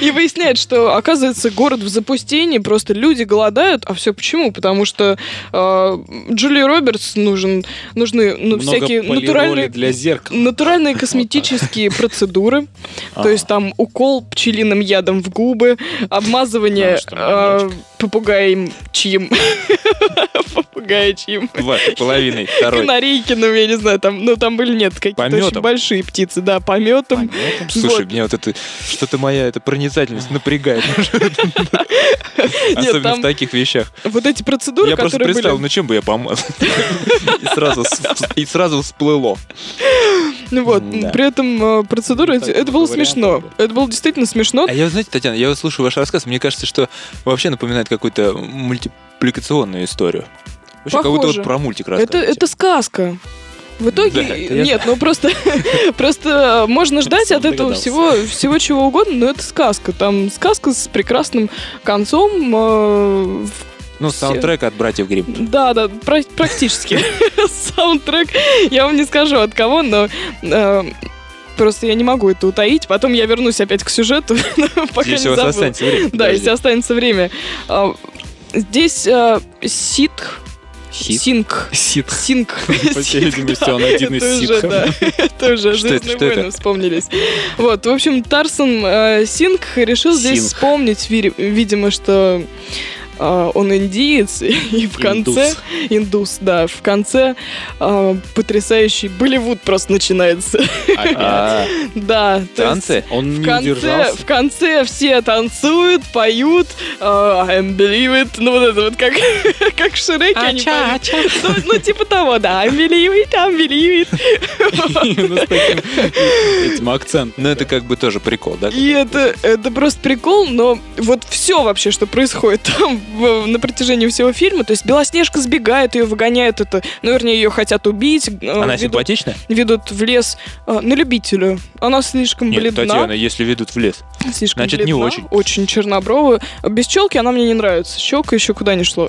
E: И выясняет, что оказывается город в запустении, просто люди голодают, а все почему? Потому что э, Джулии Робертс нужен, нужны ну,
D: Много
E: всякие
D: полироли
E: натуральные
D: для зеркала.
E: натуральные косметические процедуры, то есть там укол пчелиным ядом в губы, обмазывание
D: Потому что она
E: э, попугаем чьим, попугаечьим,
C: Вашей половиной, второй.
E: канарейкиным, я не знаю, там, ну там были нет какие-то очень
C: Пометом.
E: большие птицы, да, пометом.
C: Слушай,
E: Вот.
C: мне вот это что-то моя эта проницательность напрягает. Особенно
E: там-
C: в таких вещах.
E: Вот эти процедуры,
C: Я просто
E: которые
C: представил,
E: были,
C: ну чем бы я помазал? И сразу с- И сразу всплыло.
E: ну вот,
C: М-да.
E: при этом э, процедуры,
D: Ну,
E: эти-
D: так
E: это
D: много
E: было
D: вариантов
E: смешно,
D: было.
E: это было действительно смешно.
C: А я, вот, знаете, Татьяна, я вот слушаю ваш рассказ, мне кажется, что вообще напоминает какую-то мультипликационную историю. Вообще, как будто
E: Похоже.
C: вот про мультик
E: Это,
C: рассказываете.
E: это сказка. В итоге,
C: Да, это я
E: нет, ну просто, просто можно ждать
D: Сам
E: от этого
D: догадался.
E: всего, всего чего угодно, но это сказка. Там сказка с прекрасным концом, э, в-
C: Ну, саундтрек от «Братьев Грим.
E: да, да, пра- практически. Саундтрек, я вам не скажу от кого, но э, просто я не могу это утаить. Потом я вернусь опять к сюжету, пока не
C: Если у вас
E: забыла.
C: останется время.
E: Да,
C: подожди.
E: если останется время. А, Здесь э, ситх,
D: Хит.
E: синг,
D: Сит.
E: Синк.
D: По всей
E: Синк,
D: видимости,
E: да.
D: он один из
E: Это уже,
D: ситхов.
E: да. Это уже
C: Что это,
E: «Звездные
C: что это?
E: войны» вспомнились. Вот, в общем, Тарсон э, Синк решил здесь
D: Синк.
E: вспомнить, вири- видимо, что э, он индиец, и в конце...
D: Индус.
E: Индус, да. В конце э, потрясающий Болливуд просто начинается.
D: Опять.
C: А,
E: Да. то есть
C: Танцы?
D: Он
E: В
D: не
E: конце,
D: удержался.
E: в конце все танцуют, поют, э, I believe it, ну вот это вот как, как в Шреке они поют. Ну, ну, типа того, да, unbelievable, unbelievable.
D: Ну, с таким этим акцентом.
C: Ну, это как бы тоже прикол, да?
E: И это, это просто прикол, но вот все вообще, что происходит там в- на протяжении всего фильма, то есть Белоснежка сбегает, ее выгоняют, это, ну, вернее, ее хотят убить, э,
C: Она
E: ведут,
C: симпатичная?
E: ведут в лес э, на любителю. Она слишком
C: Нет,
E: бледна.
C: Татьяна, если ведут в лес.
E: слишком
C: значит,
E: бледна,
C: не очень.
E: Очень чернобровая. Без челки она мне не нравится. Щелка еще куда не шло.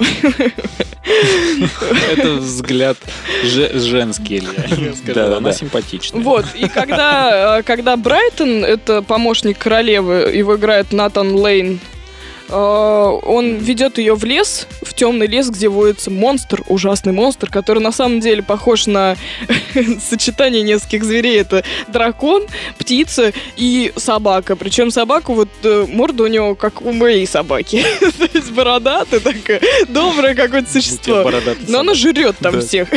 D: Это взгляд же- женский, Илья. Я скажу,
C: Да-да-да.
D: Она симпатичная.
E: Вот, и когда, э, когда Брайтон, это помощник королевы, его играет Натан Лейн, э, он ведет ее в лес, в темный лес, где водится монстр, ужасный монстр, который на самом деле похож на сочетание нескольких зверей. Это дракон, птица и собака. Причем собаку, вот э, морда у него как у моей собаки. То есть бородатая такая, доброе какое-то существо. Но она жрет там
D: Да.
E: всех.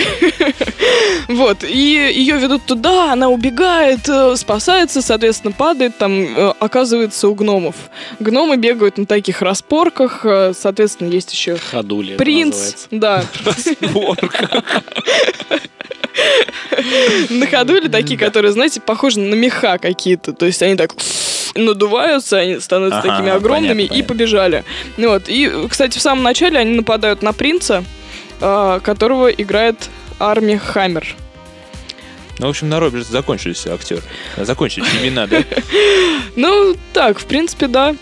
E: Вот. И ее ведут туда, она убегает, э, спасается, соответственно, падает, там э, оказывается у гномов. Гномы бегают на таких распорках, э, соответственно, есть еще
D: Ходули это
E: принц,
D: называется.
E: да. На ходу или такие, которые, знаете, похожи на меха какие-то. То есть они так надуваются, они становятся
C: Ага,
E: такими огромными
C: понятно,
E: и
C: понятно.
E: побежали. Ну Вот. И, кстати, в самом начале они нападают на принца, а, которого играет Арми Хаммер.
C: Ну, в общем, на Робертс закончились актеры. Закончились имена, да?
E: Ну, так, в принципе, да.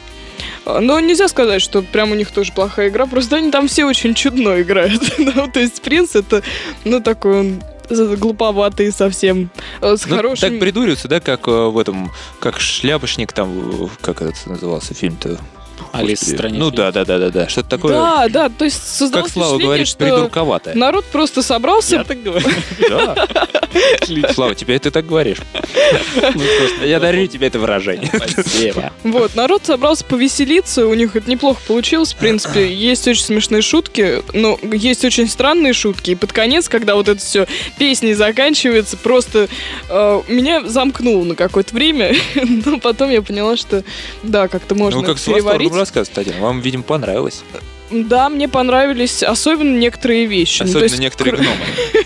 E: А, Но нельзя сказать, что прям у них тоже плохая игра, просто они там все очень чудно играют. Ну, то есть принц это, ну, такой он з- глуповатый совсем, э, с
C: Ну,
E: хорошим...
C: Так придуриваются, да, как э, в этом, как шляпочник там, э, как это назывался фильм-то?
D: Алиса в
C: Господи.
D: стране
C: Ну
D: чудес.
C: да, да, да, да, да. Что-то такое.
E: Да, да, то есть
C: как
E: создалось
C: Слава
E: впечатление,
C: говорит,
E: что
C: придурковатое.
E: народ просто собрался.
D: Я так говорю.
C: Да. Слава, теперь ты так говоришь. Ну, Я дарю тебе это выражение.
D: Спасибо.
E: Вот, народ собрался повеселиться, у них это неплохо получилось, в принципе. Есть очень смешные шутки, но есть очень странные шутки. И под конец, когда вот это все песней заканчивается, просто э, меня замкнуло на какое-то время. Но потом я поняла, что да, как-то можно
C: Ну, как ну,
E: это
C: с
E: переварить.
C: восторгом
E: Ну,
C: рассказывать, Татьяна. Вам, видимо, понравилось.
E: Да, мне понравились особенно некоторые вещи. Ну, то
C: Особенно
E: есть
C: некоторые
E: кр-
C: гномы.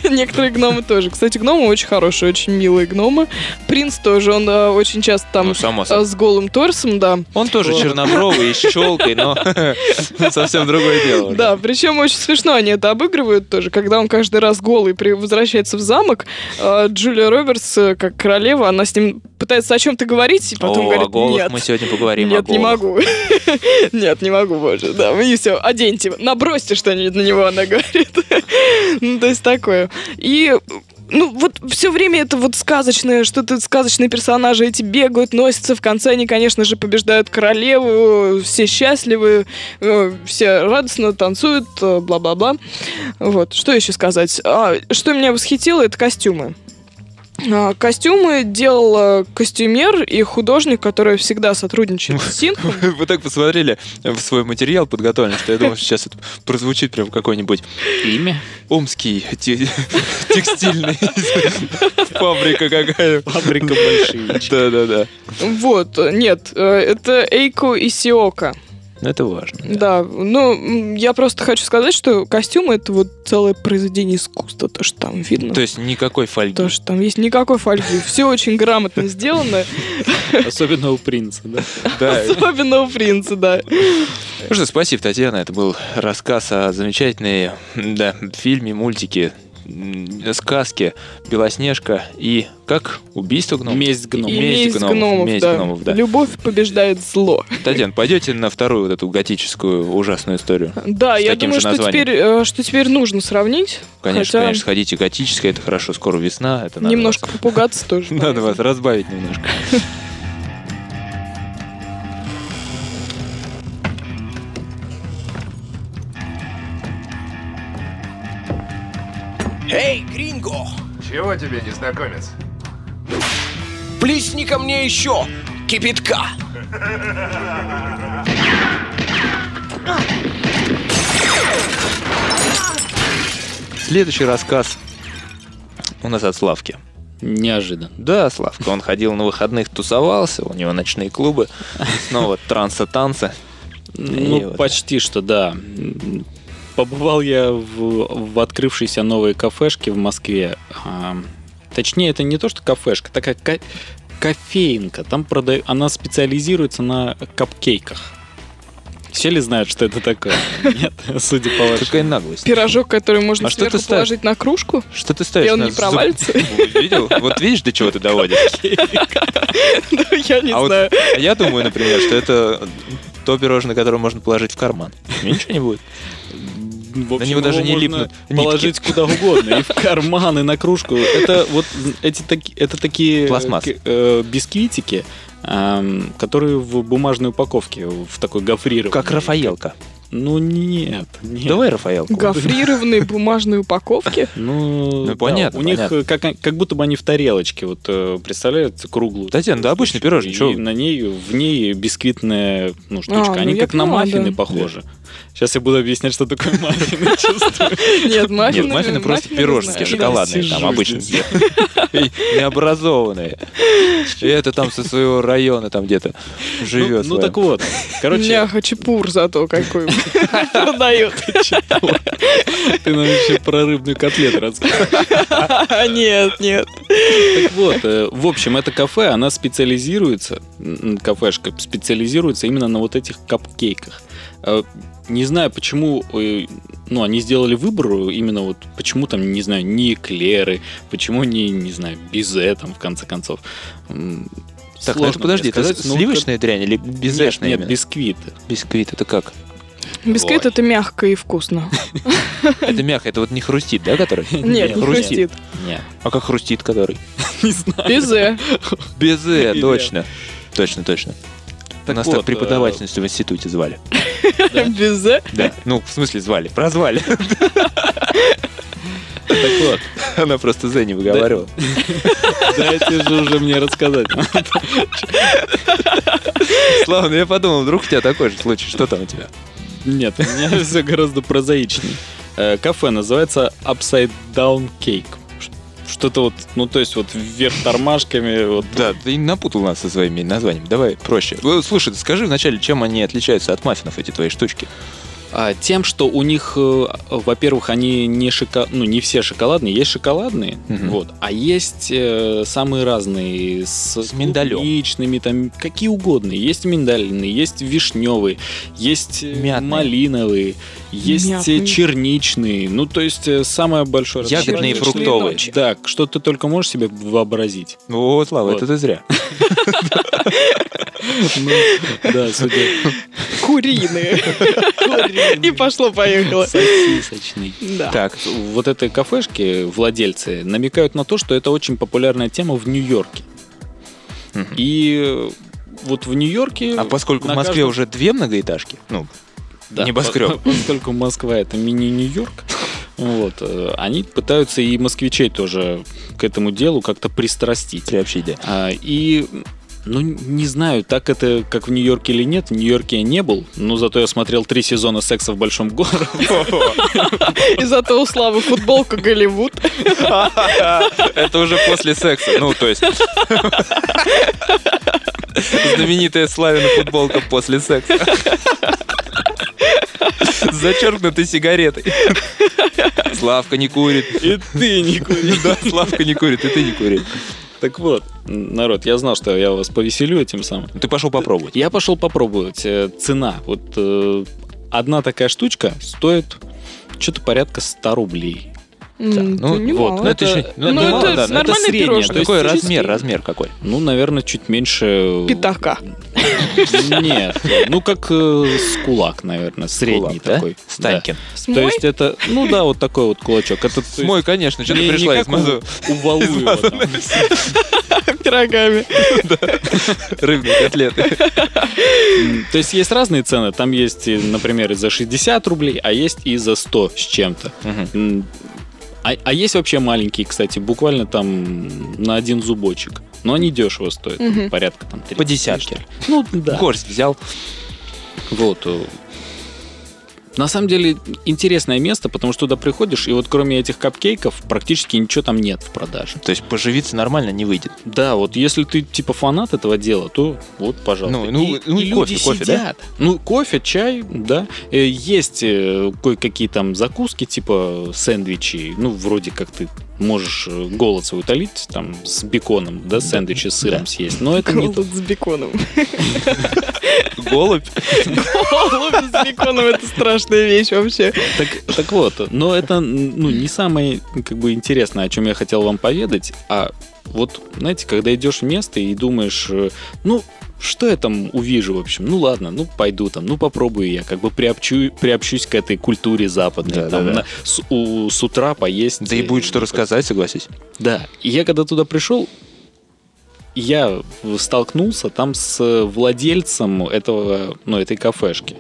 E: Некоторые гномы тоже. Кстати, гномы очень хорошие, очень милые гномы. Принц тоже, он э, очень часто там
C: Ну, само
E: э,
C: собой.
E: с голым торсом, да.
C: Он тоже чернобровый и с щелкой, но совсем другое дело.
E: Да, причем очень смешно они это обыгрывают тоже, когда он каждый раз голый при- возвращается в замок. э, Джулия Робертс, э, как королева, она с ним пытается о чем-то говорить, и
C: О,
E: потом
C: о
E: говорит,
C: голых
E: нет.
C: мы сегодня поговорим. о
E: Нет, не
C: голых.
E: могу. Нет, не могу, боже. Да, и все, оденьте, набросьте что-нибудь на него, она говорит. Ну, то есть такое. И ну, вот все время это вот сказочное, что-то сказочные персонажи эти бегают, носятся. В конце они, конечно же, побеждают королеву, все счастливы, э, все радостно танцуют, э, бла-бла-бла. Вот, что еще сказать? А, что меня восхитило, это костюмы. А, Костюмы делал э, костюмер и художник, который всегда сотрудничает с Синхом.
C: Вы так посмотрели в свой материал подготовленный, что я думаю, что сейчас это прозвучит прям какой-нибудь
D: Имя?
C: омский те- текстильный фабрика какая.
D: Фабрика большие.
C: Да-да-да.
E: Вот, нет, э, это Эйко и Сиока.
C: Ну, это важно.
E: Да, ну, м, я просто хочу сказать, что костюмы — это вот целое произведение искусства, то, что там видно.
C: То есть никакой фольги.
E: То, что там есть никакой фольги. Все очень грамотно сделано,
D: Особенно у принца, да.
C: Да.
E: особенно у принца, да.
C: Ну что, спасибо, Татьяна. Это был рассказ о замечательной да, фильме, мультике, м, сказке «Белоснежка» и как убийство гномов?
D: Месть гнома.
E: И
C: Месть
E: месть
C: Ну, гномов,
E: гномов,
C: месть
E: да.
C: гномов, да.
E: Любовь побеждает зло.
C: Татьяна, пойдете на вторую вот эту готическую ужасную историю?
E: Да,
C: С
E: я
C: таким
E: думаю,
C: же
E: что
C: названием.
E: теперь, э, что теперь нужно сравнить.
C: Конечно,
E: Хотя-
C: конечно, сходите готическая, это хорошо, скоро весна, это надо
E: Немножко
C: вас-
E: попугаться тоже.
C: надо вас разбавить немножко.
B: Эй, Гринго,
H: Чего тебе, незнакомец?
B: плесни ко мне еще кипятка.
C: Следующий рассказ у нас от Славки.
D: Неожиданно.
C: Да, Славка, он ходил на выходных, тусовался, у него ночные клубы, снова транса-танца.
D: Ну,
C: вот.
D: почти что, да. М, Побывал я в, в открывшейся новой кафешке в Москве. А, точнее, это не то, что кафешка, такая ка- кофейнка. Там продаю, она специализируется на капкейках. Все ли знают, что это такое? Нет, судя по вашему.
C: Какая наглость.
E: Пирожок, который можно
C: А что
E: сверху
C: ты ставишь?
E: положить на кружку.
C: Что ты ставишь?
E: И он
C: на
E: не
C: зуб?
E: провалится?
C: Видел? Вот видишь, до чего ты доводишь?
E: Да, Я не
C: А вот
E: знаю.
C: а я думаю, например, что это то пирожное, которое можно положить в карман. И ничего не будет.
D: В
C: На него
D: его
C: даже не
D: можно
C: липнут нитки.
D: Положить куда угодно, и в карман, и на кружку. Это вот эти таки- это такие э,
C: Пластмасс.
D: к- э, бисквитики, эм, которые в бумажной упаковке, в такой гофрированной.
C: Как Рафаэлка.
D: Ну нет, нет.
C: Давай Рафаэлку.
E: Гофрированные бумажные упаковки.
D: Ну, да,
C: понятно,
D: У них
C: понятно.
D: э, как, как будто бы они в тарелочке, вот э, представляют круглую.
C: Татьяна, да обычный
D: штучку,
C: пирожный, чё
D: И
C: вы?
D: на ней, в ней бисквитная ну, штучка.
E: ну
D: они
E: я
D: как на
E: поняла,
D: маффины
E: да.
D: похожи. Сейчас я буду объяснять, что такое маффины. чувствую.
E: Нет, маффины.
C: Нет, маффины просто
E: маффины
C: пироженские,
E: знаю.
C: шоколадные,
D: сижу
C: там обычные.
D: здесь.
C: И Необразованные. И это там со своего района там где-то живет.
D: Ну ну,
C: своим.
D: так вот. Короче,
E: Короче, хачапур зато какой продает.
D: ты нам еще про рыбную котлету рассказывал.
E: Нет, нет.
D: Так вот, э, в общем, это кафе, она специализируется, м, кафешка специализируется именно на вот этих капкейках. Э, Не знаю, почему, э, ну, они сделали выбор э, именно вот, почему там, не знаю, не эклеры, почему не, не знаю, безе там, в конце концов. М,
C: Так, ну
D: сложно
C: это подожди,
D: мне
C: это
D: сказать, ну,
C: сливочная дрянь или
D: как- Нет,
C: безешная?
D: нет,
C: именно?
D: бисквиты.
C: Бисквит, это как?
E: Бисквит
D: Ой.
E: это мягко и вкусно.
C: Это мягко, это вот не хрустит, да, который?
E: Нет, не хрустит.
D: Нет,
C: А как хрустит, который?
D: не знаю.
E: Безе.
C: Безе,
D: Или-
C: «э», точно. Точно, точно.
D: Так
C: Нас
D: вот,
C: так э, преподавательницу в институте звали.
E: Безе.
C: Да. Ну, в смысле звали, прозвали.
D: Так вот,
C: Она просто Зе не выговаривала.
D: дайте же уже мне рассказать.
C: Слава, ну я подумал, вдруг у тебя такой же случай. Что там у тебя?
D: Нет, у меня все гораздо прозаичнее. Э, Кафе называется Upside Down Cake. Ш- Что-то вот, ну то есть вот вверх тормашками, вот
C: Да, ты напутал нас со своими названиями. Давай проще. Э, Слушай, ты скажи вначале, чем они отличаются от маффинов, эти твои штучки?
D: А, Тем, что у них, э, во-первых, они не шока... ну не все шоколадные, есть шоколадные,
C: Мгм.
D: вот, а есть э, самые разные с,
C: С миндалем.
D: клубничными, там какие угодно. Есть миндальные, есть вишневые, есть э,
C: Мятные.
D: малиновые, есть э,
E: Мятные.
D: черничные. Ну то есть э, самое большое
C: Ягодные и
D: разнообразие.
C: фруктовые.
D: Так, что ты только можешь себе вообразить.
C: Вот, Слава,
D: Вот.
C: это ты зря.
D: Ну, Да, судя.
E: Куриные. И пошло-поехало.
D: Сосисочный.
E: Да.
C: Так,
D: вот этой кафешки владельцы намекают на то, что это очень популярная тема в Нью-Йорке.
C: Мгм.
D: И э, вот в Нью-Йорке...
C: а поскольку в
D: на
C: Москве
D: каждом-
C: уже две многоэтажки, ну,
D: Да,
C: небоскреб.
D: по- Поскольку Москва это мини-Нью-Йорк, вот, э, они пытаются и москвичей тоже к этому делу как-то пристрастить.
C: приобщить, да.
D: А, и, ну, не знаю, так это как в Нью-Йорке или нет. В Нью-Йорке я не был, но зато я смотрел три сезона секса в большом городе.
E: И зато у Славы футболка Голливуд.
C: Это уже после секса. Ну, то есть... Знаменитая Славина футболка после секса. Зачеркнутой сигаретой. Славка не курит.
D: И ты не
C: Да, Славка не курит, и ты не кури.
D: Так вот, народ, я знал, что я вас повеселю этим самым.
C: Ты пошел попробовать.
D: Я пошел попробовать. Э, Цена. Вот э, одна такая штучка стоит что-то порядка 100 рублей.
E: М,
C: ну,
E: это
C: вот,
E: немало.
C: ну, это еще- ну, это
E: ну,
C: мало, да,
E: это
C: но это
E: нормальное
D: среднее,
E: пирожное.
D: то есть
C: Какой
D: физически-
C: размер, размер какой?
D: Ну, наверное, чуть меньше...
E: Пятака.
D: Нет. Ну, как э, с кулак, наверное. Средний
C: Кулак, да?
D: такой.
C: Станькин.
D: Да. То есть это... Ну да, вот такой вот кулачок. Это то есть,
C: Мой, конечно, что ты
D: не- не
C: пришла
D: как
C: из Мазу.
D: У, у Валуева там.
E: пирогами.
C: Рыбные котлеты.
D: М, То есть есть разные цены. Там есть, и, например, и за 60 рублей, а есть и за 100 с чем-то.
C: Мгм.
D: М, А, а есть вообще маленькие, кстати, буквально там на один зубочек. Но они дешево стоят,
E: Мгм.
D: порядка там 30.
C: По десятке.
D: Ну да.
C: Горсть взял.
D: Вот. э, На самом деле интересное место, потому что туда приходишь, и вот кроме этих капкейков практически ничего там нет в продаже.
C: То есть поживиться нормально не выйдет.
D: Да, вот если ты типа фанат этого дела, то вот, пожалуйста.
C: Ну, ну, ну и кофе, кофе, да?
D: Ну, кофе, чай, да. Э, Есть э, кое-какие там закуски, типа сэндвичи. Ну, вроде как ты можешь э, голод свой утолить, там, с беконом, да, сэндвичи с сыром съесть. Но это не то.
E: Голубь с беконом.
C: Голубь.
E: Голубь с беконом это страшная вещь вообще.
D: Так, так вот, но это, ну, не самое, как бы, интересное, о чем я хотел вам поведать, а вот, знаете, когда идешь в место и думаешь, э, ну, что я там увижу, в общем, ну ладно, ну пойду там, ну попробую я, как бы приобщу, приобщусь к этой культуре западной,
C: Да,
D: там
C: да, да.
D: на- с, у- с утра поесть. э,
C: Да и будет что рассказать, согласись.
D: Да, и я когда туда пришел, я столкнулся там с владельцем этого, ну, этой кафешки.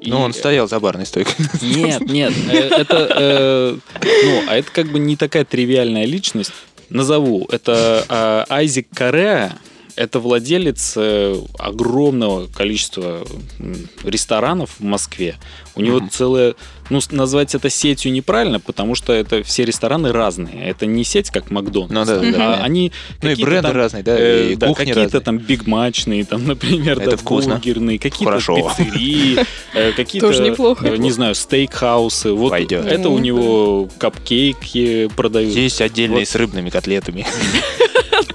D: И-
C: Ну, он стоял за барной стойкой. Ну,
D: нет, нет, э, это, э, ну, а это как бы не такая тривиальная личность. Назову, это э, Айзек Кореа, это владелец э, огромного количества м, ресторанов в Москве. У него
C: Мгм.
D: целая, ну, с- назвать это сетью неправильно, потому что это все рестораны разные. Это не сеть, как Макдональдс.
C: Ну да, да,
D: там,
C: да,
D: а
C: да.
D: Они
C: Ну и
D: какие-то
C: бренды
D: там,
C: разные, да,
D: э,
C: и
D: да,
C: кухни
D: какие-то
C: разные.
D: там бигмачные, там, например,
C: Это
D: да,
C: вкусно.
D: бургерные, какие-то
C: Хорошо.
D: пиццерии, э, какие-то,
E: Тоже неплохо.
D: э, не знаю, стейкхаусы. Вот
C: Пойдет.
D: это у
E: Ну,
D: него капкейки продают.
C: Есть отдельные
D: Вот.
C: с рыбными котлетами.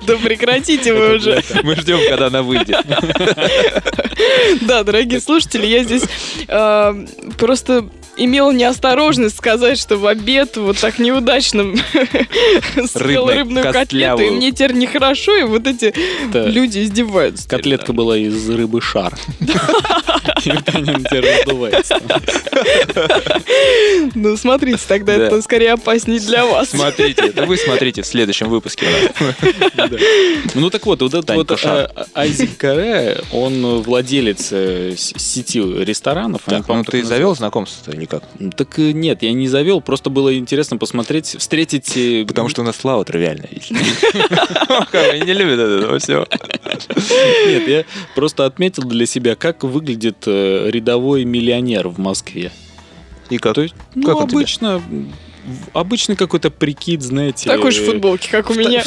E: Да прекратите вы уже.
C: Мы ждем, когда она выйдет.
E: Да, дорогие слушатели, я здесь э, просто имела неосторожность сказать, что в обед вот так неудачно съела
C: Рыбной,
E: рыбную котлету, и
C: костлявую.
E: мне теперь нехорошо, и вот эти
D: Да.
E: люди издеваются.
D: Котлетка была из рыбы шар. И вот они на тебя раздуваются.
E: Ну, смотрите, тогда
C: Да.
E: это скорее опаснее для вас.
C: Смотрите, это вы смотрите в следующем выпуске. у нас.
D: Ну так вот, вот этот
C: Танька
D: вот
C: шар.
D: э, Айзек Каре, он э, владелец э, с- сети ресторанов. они,
C: Так, ну
D: по-моему,
C: ты
D: так
C: завел знакомство или как?
D: называются. Так э, нет, я не завел, просто было интересно посмотреть, встретить... э,
C: Потому что у нас слава тривиальная. Они не любят этого все.
D: Нет, я просто отметил для себя, как выглядит э, рядовой миллионер в Москве.
C: И как?
D: То есть, ну,
C: Как он тебе?
D: обычно, м, в- обычный какой-то прикид, знаете.
E: Такой же
D: э,
E: футболки, как у меня.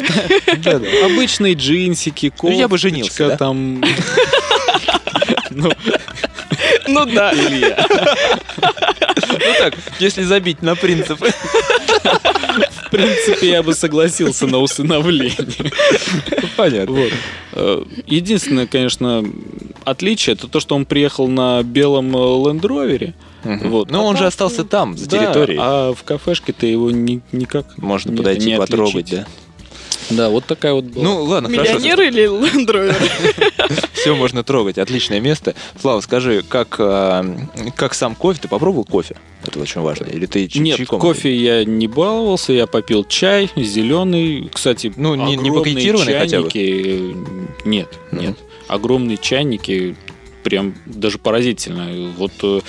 D: Обычные джинсики,
C: Ну,
D: кофточка,
C: я бы женился, да?
D: там... Ну,
E: Ну да.
D: Илья.
C: Ну так, если забить на принципы.
D: В принципе, я бы согласился на усыновление.
C: Понятно.
D: Вот. Э, Единственное, конечно, отличие, это то, что он приехал на белом лендровере. Вот.
C: Но Ну, он же остался там, за
D: Да,
C: территорией.
D: А в кафешке-то его ни- никак
C: Можно
D: не-
C: подойти
D: не
C: потрогать,
D: отличить.
C: да?
D: Да, вот такая вот была.
C: Ну ладно, хорошо.
E: Миллионер или лендровер?
C: Все можно трогать, отличное место. Слава, скажи, как, а, как сам кофе? Ты попробовал кофе? Это очень важно. Или ты ч-
D: Нет,
C: чайком?
D: кофе я не баловался, я попил чай зеленый, кстати,
C: Ну, не- не
D: огромные
C: пакетированный хотя бы? Ну.
D: чайники, э, Нет,
C: Мгм.
D: нет, огромные чайники, прям даже поразительно. Вот э,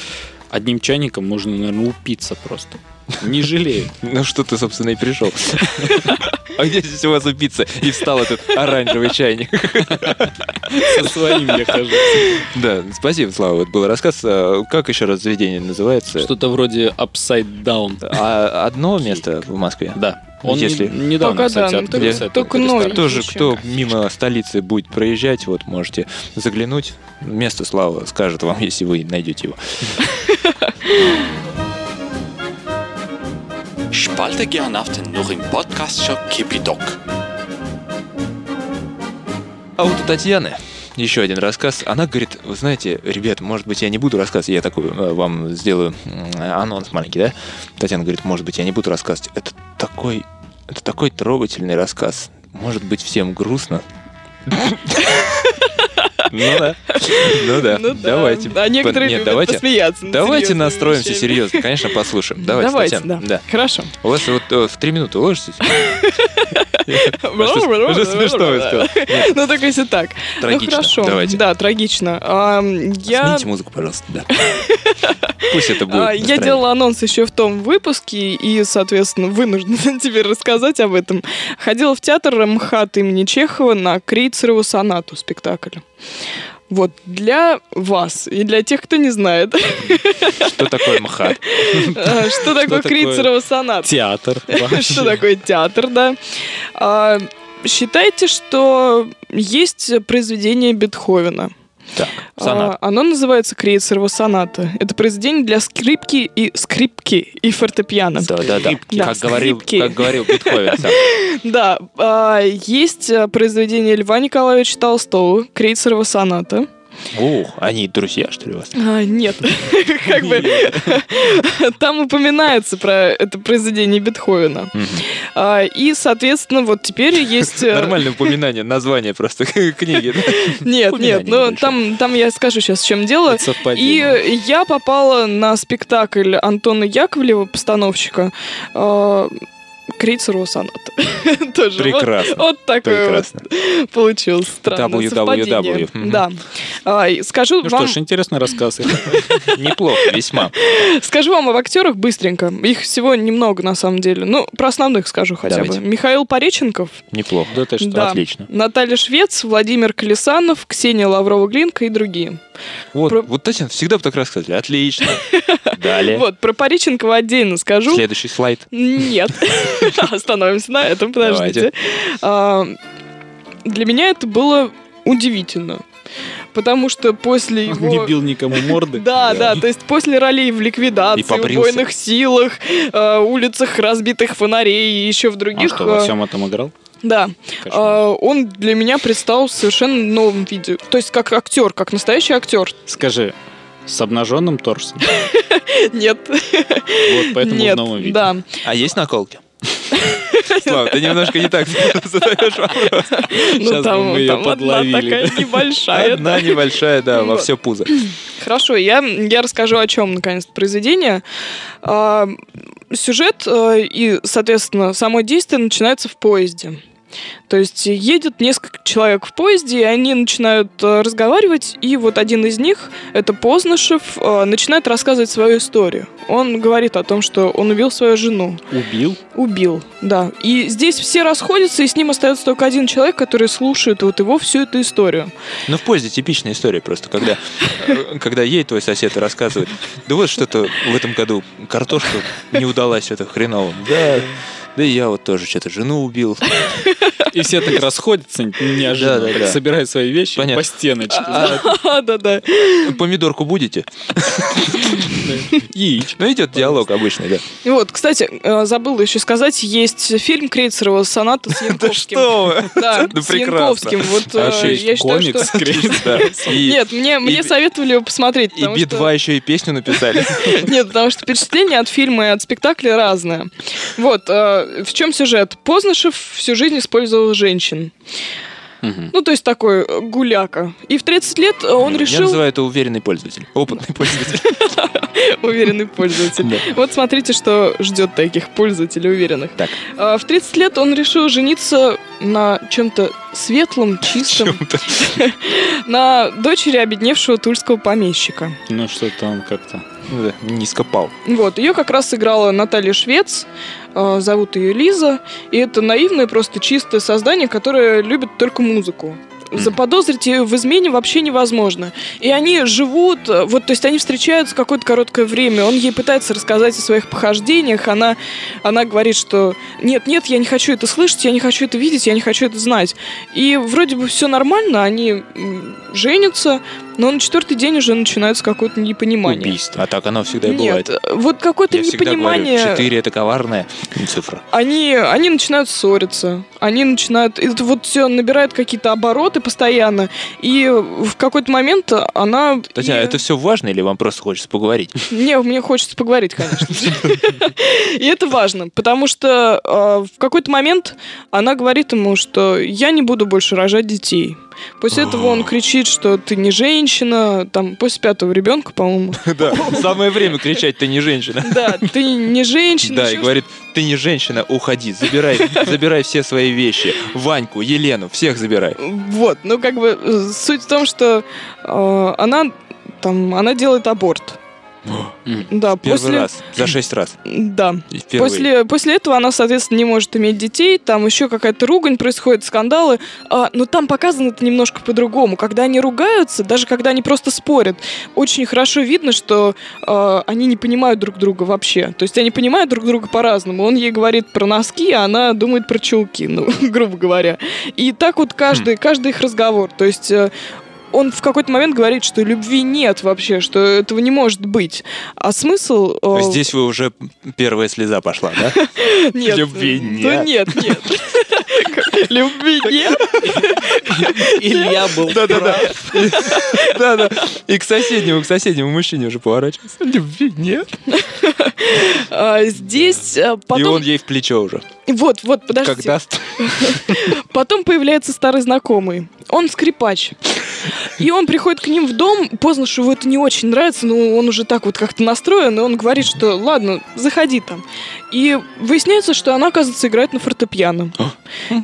D: одним чайником можно, наверное, упиться просто. Не жалею.
C: Ну что ты, собственно, и пришел. А где здесь у вас убийца? И встал этот оранжевый чайник.
D: Со своим я хожу.
C: Да, спасибо, Слава. Это был рассказ. А, Как еще раз заведение называется?
D: Что-то вроде upside down.
C: А одно место в Москве?
D: Да. Он не-
C: Если-
D: недавно,
E: Пока
D: кстати,
E: да, но
D: открылся,
C: только-
D: этот
E: только
D: ресторан.
E: новый.
C: Тоже,
E: Еще.
C: кто мимо столицы будет проезжать, вот можете заглянуть. Место Слава скажет вам, если вы найдете его.
I: Spalte Gernaften noch im Podcast-Shop Kipitok.
C: А вот у Татьяны еще один рассказ. Она говорит, вы знаете, ребят, может быть, я не буду рассказывать, я такой э, вам сделаю м, анонс маленький, да? Татьяна говорит, может быть, я не буду рассказывать. Это такой, это такой трогательный рассказ. Может быть, всем грустно. Ну да, ну да,
E: Ну да.
C: давайте.
E: А некоторые
C: Нет,
E: любят
C: давайте.
E: посмеяться. над
C: Давайте
E: серьезными
C: настроимся
E: вещами.
C: серьезно, конечно, послушаем. Давайте,
E: Давайте,
C: Татьяна,
E: да. Хорошо.
C: У вас вот э, в три минуты уложитесь? Уже смешно вы сказали. Нет,
E: Ну, так если так.
C: Трагично.
E: Ну, хорошо.
C: Давайте.
E: Да, трагично. Ам, Я...
C: Смените музыку, пожалуйста, да. Пусть это будет.
E: А, Я
C: настроение.
E: делала анонс еще в том выпуске, и, соответственно, вынуждена теперь рассказать об этом. Ходила в театр МХАТ имени Чехова на Крейцерову сонату спектакль. Вот, для вас и для тех, кто не знает,
C: Что такое МХАТ?
E: а, что такое
D: такое
E: Крейцерова соната.
D: Театр.
E: Что
D: вообще.
E: такое театр, да. А, Считайте, что есть произведение Бетховена.
C: Так, сонат.
E: А, Оно называется Крейцерова соната. Это произведение для скрипки и скрипки и фортепиано.
C: Да, да, да.
E: Да,
C: Как говорил,
E: скрипки.
C: как говорил Бетховен. сам.
E: Да, а, есть а, произведение Льва Николаевича Толстого «Крейцерова соната».
C: Ух, они друзья, что ли, у вас?
E: А, нет, как бы там упоминается про это произведение Бетховена.
C: Мгм.
E: А, И, соответственно, вот теперь есть... э,
C: Нормальное упоминание, название просто книги.
E: Нет, нет,
C: упоминание
E: но
C: небольшое.
E: там, там я скажу сейчас, в чем дело.
D: Это совпадение.
E: И я попала на спектакль Антона Яковлева, постановщика, э, «Крейцерова соната». Тоже вот-
C: Прекрасно.
E: Вот такой вот
C: Прекрасно.
E: получилось странное
C: WWW.
E: совпадение.
C: Мгм.
E: Да. А, и скажу,
D: Ну что
E: вам,
D: ж, интересный рассказ.
C: Неплохо, весьма.
E: скажу вам об актерах быстренько. Их всего немного, на самом деле. Ну, про основных скажу хотя
C: Давайте.
E: бы. Михаил Пореченков,
C: Неплохо.
D: Да ты что?
E: Да.
C: Отлично.
E: Наталья Швец, Владимир Колесанов, Ксения Лаврова-Глинка и другие.
C: Вот,
E: Про-
C: вот Татьяна всегда бы так рассказывали. Отлично. Далее.
E: Вот, про Пореченкова отдельно скажу.
C: Следующий слайд.
E: Нет. Остановимся на этом, подождите. А, Для меня это было удивительно. Потому что после
D: Он
E: его...
D: не бил никому морды. А
E: Да, да, то есть после ролей в ликвидации,
C: И побрился.
E: убойных силах, э, улицах разбитых фонарей и еще в
D: А
E: других.
D: что, во
E: э,
D: всем этом играл?
E: Да.
D: Кошмар.
E: Э, он для меня предстал в совершенно новом виде. То есть как актер, как настоящий актер.
D: Скажи, с обнаженным торсом?
E: Нет.
D: Вот поэтому
E: Нет.
D: в новом виде.
E: Да.
C: А есть наколки? Слава, ты немножко не так задаешь вопрос.
E: Ну
D: Сейчас бы
E: там
D: мы её
E: там одна
D: подловили.
E: такая небольшая. да.
C: Одна небольшая, да, во
E: Вот.
C: все пузо.
E: Хорошо, я, я расскажу о чем, наконец-то, произведение. А, сюжет а, и, соответственно, само действие начинается в поезде. То есть едет несколько человек в поезде, и они начинают а, разговаривать, и вот один из них, это Познышев, а, начинает рассказывать свою историю. Он говорит о том, что он убил свою жену.
D: Убил?
E: Убил, да. И здесь все расходятся, и с ним остается только один человек, который слушает вот его всю эту историю.
C: Ну, в поезде типичная история просто, когда, э, когда едет твой сосед и рассказывает, да вот что-то в этом году картошка не удалась, это хреново. Да, да и я вот тоже что-то жену убил.
D: И все так расходятся неожиданно,
C: Да-да-да.
D: так собирают свои вещи
C: Понятно. А,
D: по стеночке.
E: Да-да.
C: Помидорку будете?
D: Яич.
C: Ну, идет диалог обычный, да.
E: И Вот, кстати, э, забыла еще сказать, есть фильм Крейцерова «Соната» с Янковским.
C: вы?
E: Да,
C: Да
E: с
C: прекрасно.
E: Янковским. Вот э,
D: Вообще
E: я
D: есть
E: считаю, что...
D: комикс, скрипт.
C: Да. И-
E: Нет, мне, мне
C: Би-
E: советовали его посмотреть.
C: И
E: потому что-
C: Би-2 еще и песню написали.
E: Нет, потому что впечатление от фильма и от спектакля разное. Вот, э, в чем сюжет? Познышев всю жизнь использовал женщин. Ну, то есть такой э, гуляка. И в 30 лет э, он
C: Я
E: решил...
C: называю это уверенный пользователь. Опытный пользователь.
E: Уверенный пользователь.
C: Да.
E: Вот смотрите, что ждет таких пользователей уверенных.
C: Так.
E: А, В 30 лет он решил жениться на чем-то светлом, чистом, на дочери обедневшего тульского помещика.
D: Ну что там как-то.
C: Ну да, Низко пал.
E: Вот, ее как раз сыграла Наталья Швец, э, зовут ее Лиза, и это наивное, просто чистое создание, которое любит только музыку. Заподозрить ее в измене вообще невозможно. И они живут, э, вот, то есть они встречаются какое-то короткое время, он ей пытается рассказать о своих похождениях, она, она говорит, что нет, нет, я не хочу это слышать, я не хочу это видеть, я не хочу это знать. И вроде бы все нормально, они м, женятся, но на четвертый день уже начинается какое-то непонимание.
C: Убийство. А так оно всегда и
E: Нет,
C: бывает.
E: э, вот какое-то
C: Я всегда говорю,
E: непонимание.
C: 4 это коварная цифра.
E: они, они начинают ссориться, они начинают... Это вот все набирает какие-то обороты постоянно, и в какой-то момент она...
C: Татьяна,
E: и-
C: а это все важно или вам просто хочется поговорить?
E: Не, мне хочется поговорить, конечно же. И это важно, потому что э, в какой-то момент она говорит ему, что я не буду больше рожать детей. После этого
C: А.
E: он кричит, что ты не женщина, там, после пятого ребенка, по-моему.
C: Да, самое время кричать, ты не женщина.
E: Да, ты не женщина.
C: Да, и
E: ещё
C: говорит, ты не женщина, уходи, забирай, забирай все свои вещи. Ваньку, Елену, всех забирай.
E: Вот, ну как бы э, суть в том, что э, она там, она делает аборт. Да,
C: Первый
E: после,
C: раз, за 6 раз.
E: да.
C: И впервые.
E: После, после этого она, соответственно, не может иметь детей, там еще какая-то ругань происходит, скандалы, А, но там показано это немножко по-другому. Когда они ругаются, даже когда они просто спорят, очень хорошо видно, что э, они не понимают друг друга вообще. То есть они понимают друг друга по-разному. Он ей говорит про носки, а она думает про чулки, ну, грубо говоря. И так вот каждый,
C: Хм.
E: каждый их разговор. То есть... э, он в какой-то момент говорит, что любви нет вообще, что этого не может быть. А смысл...
C: То
E: э,
C: есть Здесь вы уже первая слеза пошла, да?
E: нет.
C: Любви
E: Ну нет, нет. Любви нет.
D: Илья был
C: Да-да-да. Да-да. И к соседнему, к соседнему мужчине уже поворачивается. Любви нет.
E: А, Здесь а,
C: И
E: потом...
C: он ей в плечо уже.
E: Вот, вот, подожди.
C: Когда
E: Потом появляется старый знакомый. Он скрипач. И он приходит к ним в дом, поздно, что его это не очень нравится, но он уже так вот как-то настроен, и он говорит, что ладно, заходи там. И выясняется, что она, оказывается, играет на фортепиано.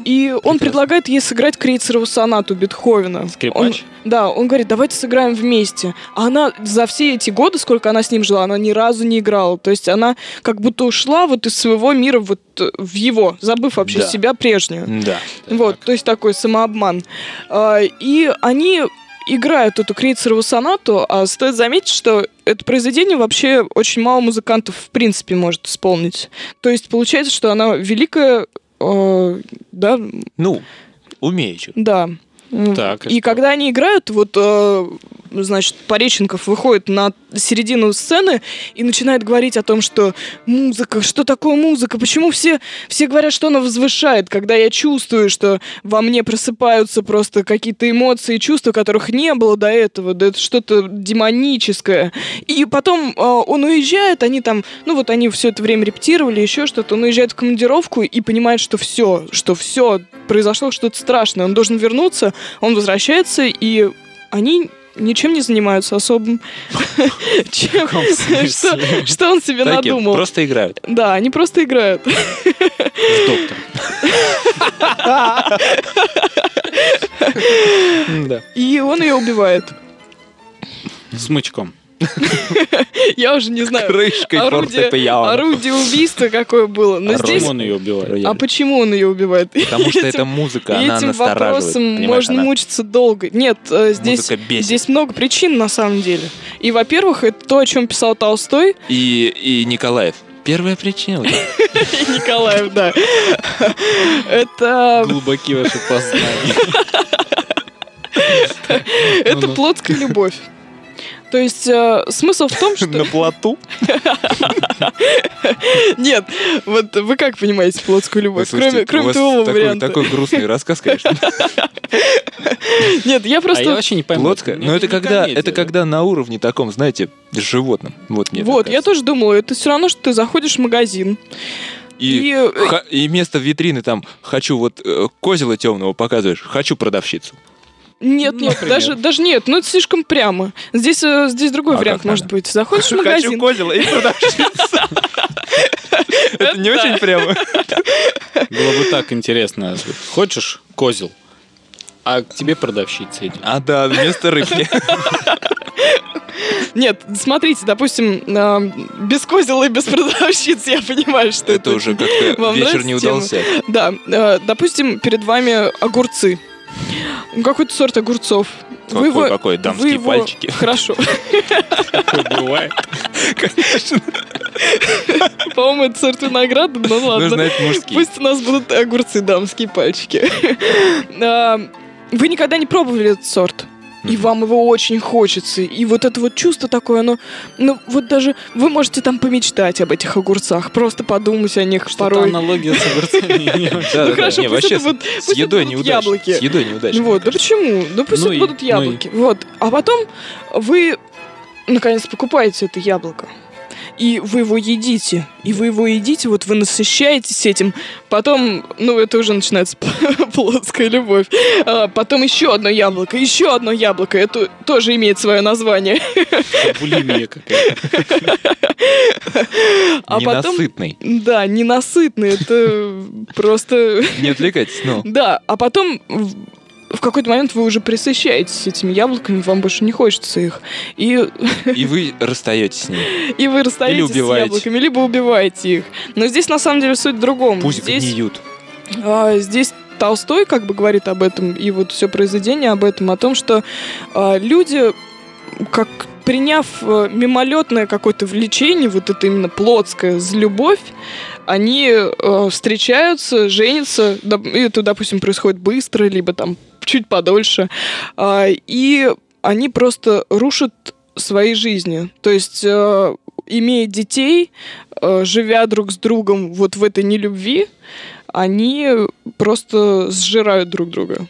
E: И он предлагает ей сыграть крейцерову сонату Бетховена.
D: Скрипач?
E: Он- да, он говорит, давайте сыграем вместе. А она за все эти годы, сколько она с ним жила, она ни разу не играла. То есть она как будто ушла вот из своего мира вот э, в его, забыв вообще
C: Да.
E: себя прежнюю.
C: Да.
E: Вот, то есть такой самообман. А, И они играют эту крейцерову сонату, а стоит заметить, что это произведение вообще очень мало музыкантов в принципе может исполнить. То есть получается, что она великая, э, да,
C: Ну, умеючи.
E: да.
D: Так,
E: И
D: и что?
E: когда они играют, вот, э, значит, Пореченков выходит на середину сцены и начинает говорить о том, что музыка, что такое музыка, почему все, все говорят, что она возвышает, когда я чувствую, что во мне просыпаются просто какие-то эмоции, чувства, которых не было до этого, да это что-то демоническое. И потом э, он уезжает, они там, ну вот они все это время репетировали, еще что-то, он уезжает в командировку и понимает, что все, что все, произошло что-то страшное, он должен вернуться, он возвращается, и они ничем не занимаются особым, чем, что, что он себе
C: Такие
E: надумал.
C: Просто играют.
E: Да, они просто играют.
D: с доктором.
E: И он ее убивает.
D: Смычком.
E: Я уже не знаю.
C: Крышкой
E: Орудие,
C: фортепиано.
E: орудие убийства какое было. Но
C: Орудие.
D: Почему
E: здесь...
D: он ее убивает?
E: А почему он ее убивает?
C: Потому что это
E: этим-
C: музыка,
E: И
C: она
E: этим
C: настораживает.
E: вопросом
C: понимаешь,
E: можно
C: она-
E: мучиться долго. Нет, э, здесь,
C: Музыка бесит.
E: здесь много причин на самом деле. И, во-первых, это то, о чем писал Толстой.
C: И, и Николаев. Первая причина. вот это
E: Николаев, да. Это,
D: Глубоки ваши познания.
E: это плотская любовь. То есть э, смысл в том, что...
C: На плоту.
E: Нет, вот вы как понимаете плотскую
C: Ой,
E: любовь?
C: слушайте, у
E: Кроме, кроме
C: вас
E: того
C: такой-
E: варианта.
C: Такой грустный рассказ, конечно.
E: Нет, я
D: А я
E: просто...
D: вообще не пойму.
C: Плотская.
E: Ну,
C: Но Ну, это
D: не
C: когда,
D: комедия.
C: это когда на уровне таком, знаете, с животным. Вот мне. так
E: вот, я
C: кажется.
E: тоже думала, это все равно, что ты заходишь в магазин.
C: И
E: И, э,
C: ха- и вместо витрины там хочу вот э, козела темного показываешь, хочу продавщицу.
E: Нет, нет,
D: Например.
E: даже, даже нет, ну это слишком прямо. Здесь, э, здесь другой
C: А
E: вариант
C: как
E: может
C: надо?
E: быть. Заходишь в
C: Хочу
E: магазин,
C: козела и продавщицу. Это не очень прямо.
D: Было бы так интересно. а Хочешь козел? А к тебе продавщица идет.
C: А да, вместо рыбки.
E: Нет, смотрите, допустим, э, без козела и без продавщиц, я понимаю, что это...
C: Это уже как-то
E: Вам
C: вечер не
E: нравится тема?
C: удался.
E: Да, э, допустим, перед вами огурцы. Ну, Какой-то сорт огурцов.
C: Какой, какой? Дамские
E: его-
C: пальчики.
E: Хорошо.
D: Бывает.
E: По-моему, это сорт винограда, но
C: Нужно
E: ладно.
C: это мужские.
E: Пусть у нас будут огурцы, дамские пальчики. А, Вы никогда не пробовали этот сорт? И
C: Мгм.
E: вам его очень хочется. И вот это вот чувство такое, оно... Ну, вот даже вы можете там помечтать об этих огурцах, просто подумать о них
D: Что-то
E: порой.
D: аналогия с огурцами.
C: Да, да,
E: Ну
C: да.
E: хорошо,
C: Не,
E: пусть
C: вообще
E: это вот-
C: с-
E: пусть
C: с
E: это
C: едой
E: будут
C: неудачно.
E: яблоки.
C: С едой неудачно.
E: Ну Вот, да почему? Да пусть
D: Ну
E: это
D: и-
E: будут
D: ну и-
E: яблоки. Вот. А потом вы наконец покупаете это яблоко. И вы его едите. И вы его едите, вот вы насыщаетесь этим. Потом, ну, это уже начинается плотская любовь. А, потом еще одно яблоко, еще одно яблоко. Это тоже имеет свое название.
D: Булимия какая-то.
E: А потом...
C: Ненасытный.
E: Да, ненасытный. Это просто...
C: Не отвлекайтесь, ну.
E: Да, а потом в в какой-то момент вы уже присыщаетесь этими яблоками, вам больше не хочется их. И,
C: И вы расстаетесь с ним.
E: и вы расстаетесь с
C: убиваете.
E: яблоками, либо убиваете их. Но здесь на самом деле суть в другом.
C: Пусть
E: здесь,
C: гниют.
E: а, здесь Толстой как бы говорит об этом, и вот все произведение об этом, о том, что а, люди, как приняв э, мимолетное какое-то влечение, вот это именно плотское, за любовь, они э, встречаются, женятся, доп- и это, допустим, происходит быстро, либо там чуть подольше, а, и они просто рушат свои жизни. То есть, э, имея детей, э, живя друг с другом вот в этой нелюбви, они просто сжирают друг друга.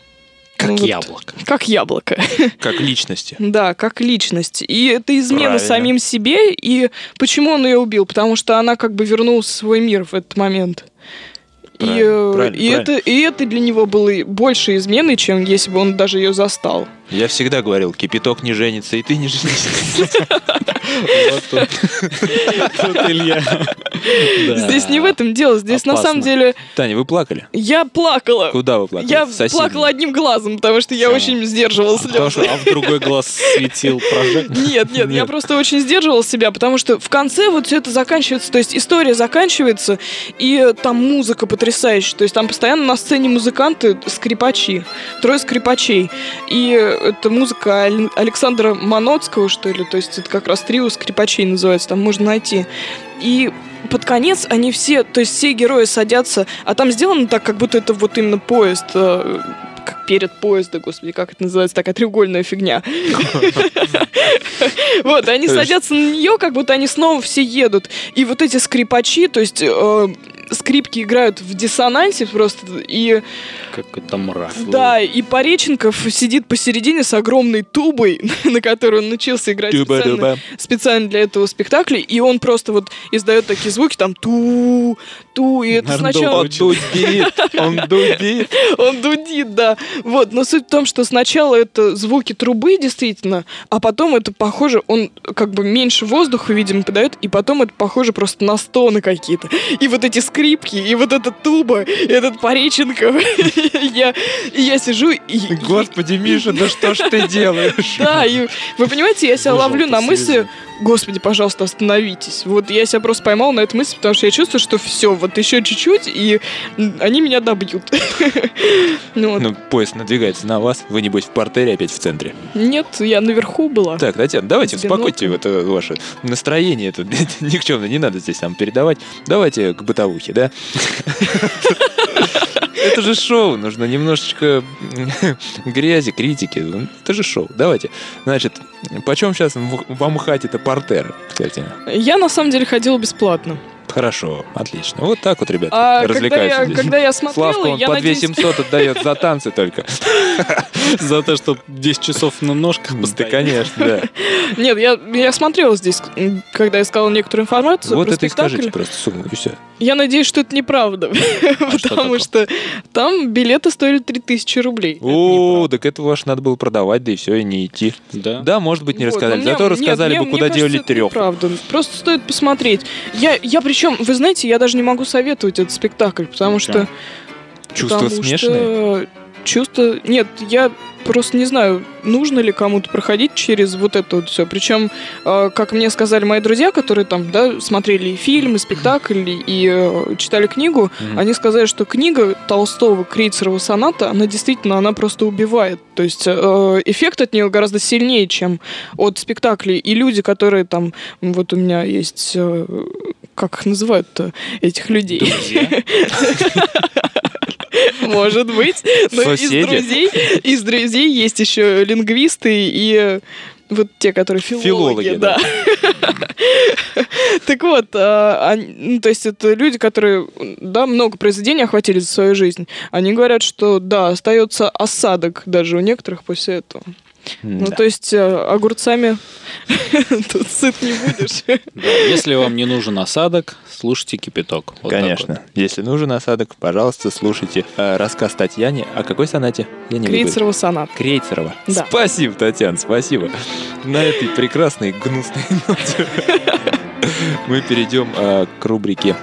D: Как
E: Ну вот,
D: яблоко.
E: Как яблоко.
C: Как личности.
E: Да, как личность. И это измена
C: Правильно.
E: самим себе. И почему он ее убил? Потому что она как бы вернулась в свой мир в этот момент. И,
C: Правильно,
E: э,
C: правильно,
E: и, Это, и это для него было и больше изменой, чем если бы он даже ее застал.
C: Я всегда говорил, кипяток не женится, и ты не женишься.
D: Вот тут. Тут Илья. Да.
E: Здесь не в этом дело. Здесь на
D: Опасно.
E: самом деле
C: Таня, вы плакали?
E: я плакала.
C: Куда вы плакали?
E: Я
C: В соседний.
E: плакала одним глазом, потому что я
D: Всё.
E: очень сдерживала слезы.
D: Потому что а в другой глаз светил прожектор.
E: Нет, нет, я просто очень сдерживала себя, потому что в конце вот все это заканчивается, то есть история заканчивается, и э, там музыка потрясающая, то есть там постоянно на сцене музыканты скрипачи, трое скрипачей, и э, это музыка Аль- Александра Маноцкого, что ли, то есть это как раз трио скрипачей называется, там можно найти. И под конец они все, то есть все герои садятся, а там сделано так, как будто это вот именно поезд, э, как перед поезда, господи, как это называется, такая треугольная фигня. Вот, они
C: То есть-
E: садятся на нее, как будто они снова все едут. И вот эти скрипачи, то есть э, скрипки играют в диссонансе просто, и
D: Какой-то мрак.
E: да, и Пореченков сидит посередине с огромной тубой, на которую он научился играть специально
C: Дуба-дуба.
E: специально для этого спектакля, и он просто вот издает такие звуки, там ту ту и это
D: Нардо
E: сначала...
C: Он дудит, он дудит.
E: Он дудит, да. Вот, но суть в том, что сначала это звуки трубы, действительно, а потом это похоже, он как бы меньше воздуха, видимо, подает, и потом это похоже просто на стоны какие-то. И вот эти скрипки, и вот эта туба, и этот Пореченков. Я, и я сижу и...
C: Господи, Миша, да что ж ты делаешь?
E: Да, и вы понимаете, я себя
D: Выжил
E: ловлю
D: ты
E: на
D: с
E: мысли,
D: языка.
E: господи, пожалуйста, остановитесь. Вот я себя просто поймал на эту мысль, потому что я чувствую, что все, вот еще чуть-чуть, и м, они меня добьют. Ну вот.
C: Ну, поезд надвигается на вас, вы, небось, в портере опять в центре.
E: Нет, я наверху была.
C: Так, Татьяна, давайте
E: Одиноко.
C: успокойте вот это ваше настроение. Это никчемно, не надо здесь нам передавать. Давайте к бытовухе, да? Это же шоу, нужно немножечко грязи, критики. Ну, Это же шоу. Давайте. Значит, почем сейчас в Амхате это портер, кстати?
E: Я на самом деле ходила бесплатно.
C: Хорошо, отлично. Вот так вот, ребята,
E: А когда
C: развлекаются
E: я,
C: здесь.
E: когда я смотрела,
C: Славку он
E: я
C: по
E: надеюсь...
C: 2700 отдает за танцы только.
D: За то, что 10 часов на ножках
C: Да,
D: постоять.
C: конечно, да.
E: Нет, я, я смотрела здесь, м, когда искала некоторую информацию
C: Вот
E: про
C: это и
E: спектакль.
C: скажите просто, сумму, и все.
E: Я надеюсь, что это неправда,
C: А что
E: потому
C: такое?
E: что там билеты стоили 3000 рублей.
C: О, так это ваш надо было продавать, да и все, и не идти.
D: Да.
C: Да, может быть, не
E: Вот,
C: рассказали.
E: но мне-
C: Зато
E: нет,
C: рассказали
E: мне-
C: бы,
E: мне
C: куда
E: кажется,
C: делали
E: это
C: трех.
E: неправда. Просто стоит посмотреть. Я, я причем, вы знаете, я даже не могу советовать этот спектакль, потому что...
C: Чувства
E: потому
C: смешанные.
E: что Чувство... Нет, я просто не знаю, нужно ли кому-то проходить через вот это вот все. Причем, э, как мне сказали мои друзья, которые там, да, смотрели и фильм, и спектакль, и э, читали книгу,
C: Мгм.
E: они сказали, что книга Толстого Крейцерова соната, она действительно, она просто убивает. То есть э, эффект от нее гораздо сильнее, чем от спектаклей. И люди, которые там, вот у меня есть, э, как их называют-то, этих людей? Может быть. Но из
C: Соседи?
E: друзей, из друзей есть еще лингвисты и э, вот те, которые филологи.
C: Филологи,
E: да. Так вот, а, они- ну, то есть это люди, которые, да, много произведений охватили за свою жизнь. Они говорят, что, да, остается осадок даже у некоторых после этого.
C: М,
E: Ну,
C: да.
E: то есть э, огурцами тут сыт не будешь.
D: Да, Если вам не нужен осадок, слушайте кипяток. Вот так вот.
C: Конечно. Если нужен осадок, пожалуйста, слушайте э, рассказ Татьяне. О какой сонате? Я не люблю.
E: Крейцерова сонат.
C: Крейцерова.
E: Да.
C: Спасибо, Татьяна, спасибо. На этой прекрасной гнусной ноте мы перейдем э, к рубрике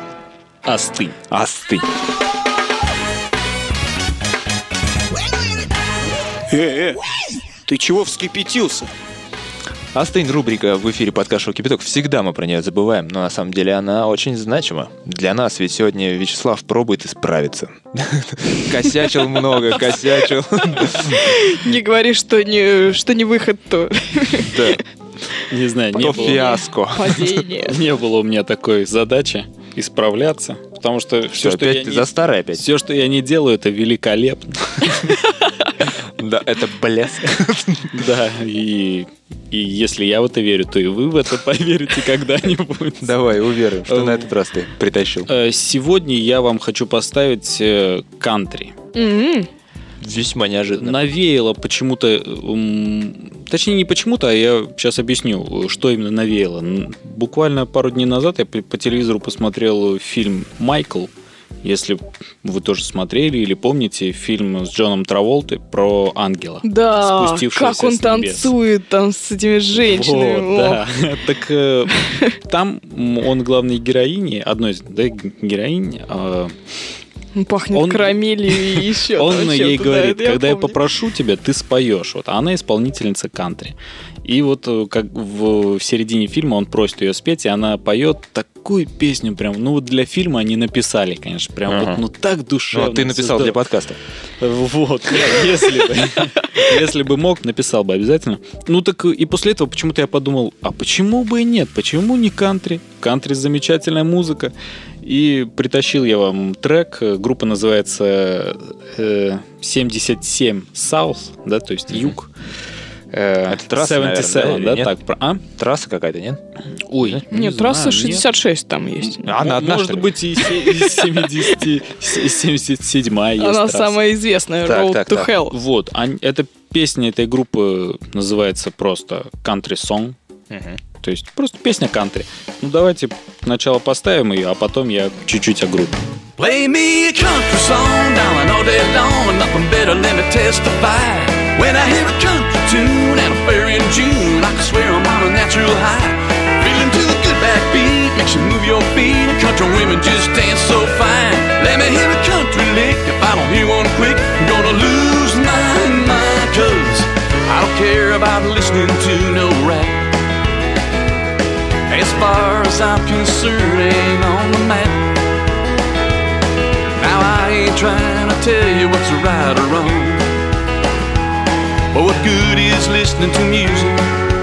D: Остынь.
C: «Остынь».
B: Э, Ты чего вскипятился?
C: Остынь рубрика в эфире подкаст «Шоу Кипяток». Всегда мы про нее забываем, но на самом деле она очень значима. Для нас ведь сегодня Вячеслав пробует исправиться. Косячил много, косячил.
E: Не говори, что не, что не выход, то
C: Да,
D: Не знаю, не
C: то
D: было.
C: фиаско.
E: падение.
D: Не было у меня такой задачи исправляться, потому что все,
C: Все,
D: что, я
C: опять ты
D: не,
C: за старый опять.
D: все, что я не делаю, это великолепно.
C: Да, это блеск.
D: Да, и, и если я в это верю, то и вы в это поверите когда-нибудь.
C: Давай, уверен, что на этот раз ты притащил.
D: Э, Сегодня я вам хочу поставить э, кантри.
E: М-м.
C: Весьма неожиданно.
D: Навеяло почему-то, э, м, точнее не почему-то, а я сейчас объясню, что именно навеяло. М, Буквально пару дней назад я пе- по телевизору посмотрел фильм «Майкл». Если вы тоже смотрели или помните фильм с Джоном Траволтой про ангела.
E: Да,
D: спустившегося
E: как он
D: с небес.
E: танцует там с этими женщинами.
D: Вот, да. Так э, там м, он главной героини, одной из да, г- героинь, э,
E: Он Пахнет
D: Он-
E: карамелью и еще
D: он
E: там
D: ей
E: чем-то, да,
D: говорит,
E: это я
D: когда я
E: помню.
D: попрошу тебя, ты споешь. Вот а она исполнительница кантри. И вот э, как в, в середине фильма он просит ее спеть, и она поет такую песню прям, ну вот для фильма они написали, конечно, прям
C: Ага.
D: вот, ну так душевно.
C: Ну, ты
D: всё
C: написал
D: здорово.
C: для подкаста.
D: Вот, я, если бы, если бы мог, написал бы обязательно. Ну так и после этого почему-то я подумал, а почему бы и нет, почему не кантри? Кантри замечательная музыка. И притащил я вам трек, э, группа называется э, 77 South, да, то есть юг. Э,
C: А Это трасса, наверное, да, или
D: да,
C: нет?
D: так, про- а?
C: Трасса какая-то, нет?
D: Ой, не
E: Нет,
D: знаю,
E: трасса 66 там есть.
C: А она
D: М-
C: одна,
D: Может
C: что ли?
D: быть, и се- и 70, и 77 есть
E: Она
D: трасса.
E: самая известная,
C: Так,
E: Road
C: так,
E: to
C: так.
E: Hell.
D: Вот, они- эта песня этой группы называется просто Country Song.
C: Мгм.
D: То есть просто песня кантри. Ну давайте сначала поставим ее, а потом я чуть-чуть о группе.
J: Play me a country song, darling, all day long. Nothing better than to testify. When I hear a country tune and a fair in June, I can swear I'm on a natural high. Feeling to the good backbeat makes you move your feet. Country women just dance so fine. about listening to no rap. As far as I'm concerned, ain't on the map. Now I ain't trying to tell you what's right or wrong. But what good is listening to music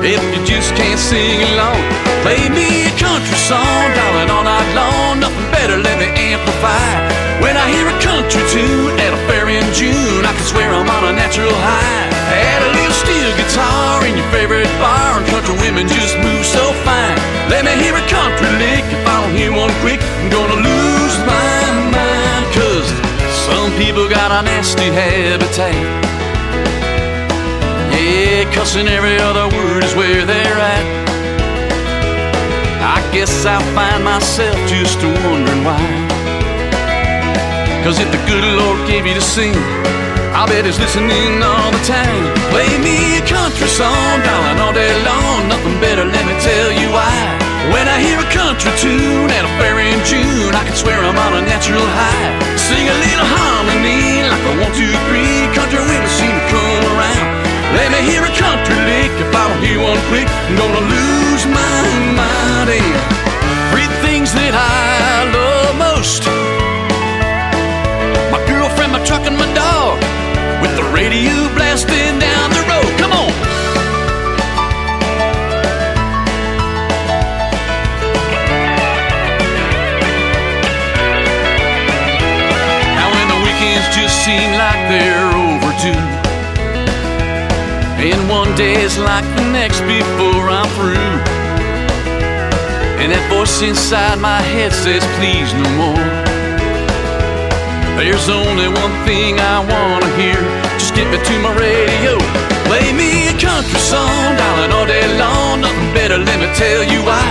J: if you just can't sing along? Play me a country song, darling, all night long. Nothing better, let me amplify. When I hear a country tune at a fair in June, I can swear I'm on a natural high. Add a little steel guitar in your favorite bar, and country women just move so fine. Let me hear a country lick. If I don't hear one quick, I'm gonna lose my mind. Cause some people got a nasty habitat. Yeah, cussing every other word is where they're at. I guess I find myself just wondering why. Cause if the good Lord gave you to sing, I bet he's listening all the time. Play me a country song, darling, all day long. Nothing better, let me tell you why. When I hear a country tune at a fair in June, I can swear I'm on a natural high. Sing a little harmony like a one, two, three. Country women seem to come around. Let me hear a country lick. If I don't hear one quick, I'm gonna lose my mind. And three things that I love most my girlfriend, my truck, and my dog. With the radio blasting down the road. Come on. Now when the weekends just seem like they're overdue. And one day is like the next before I'm through. And that voice inside my head says, please no more. There's only one thing I wanna hear. Just get me to my radio. Play me a country song, darling, all day long. Nothing better, let me tell you why.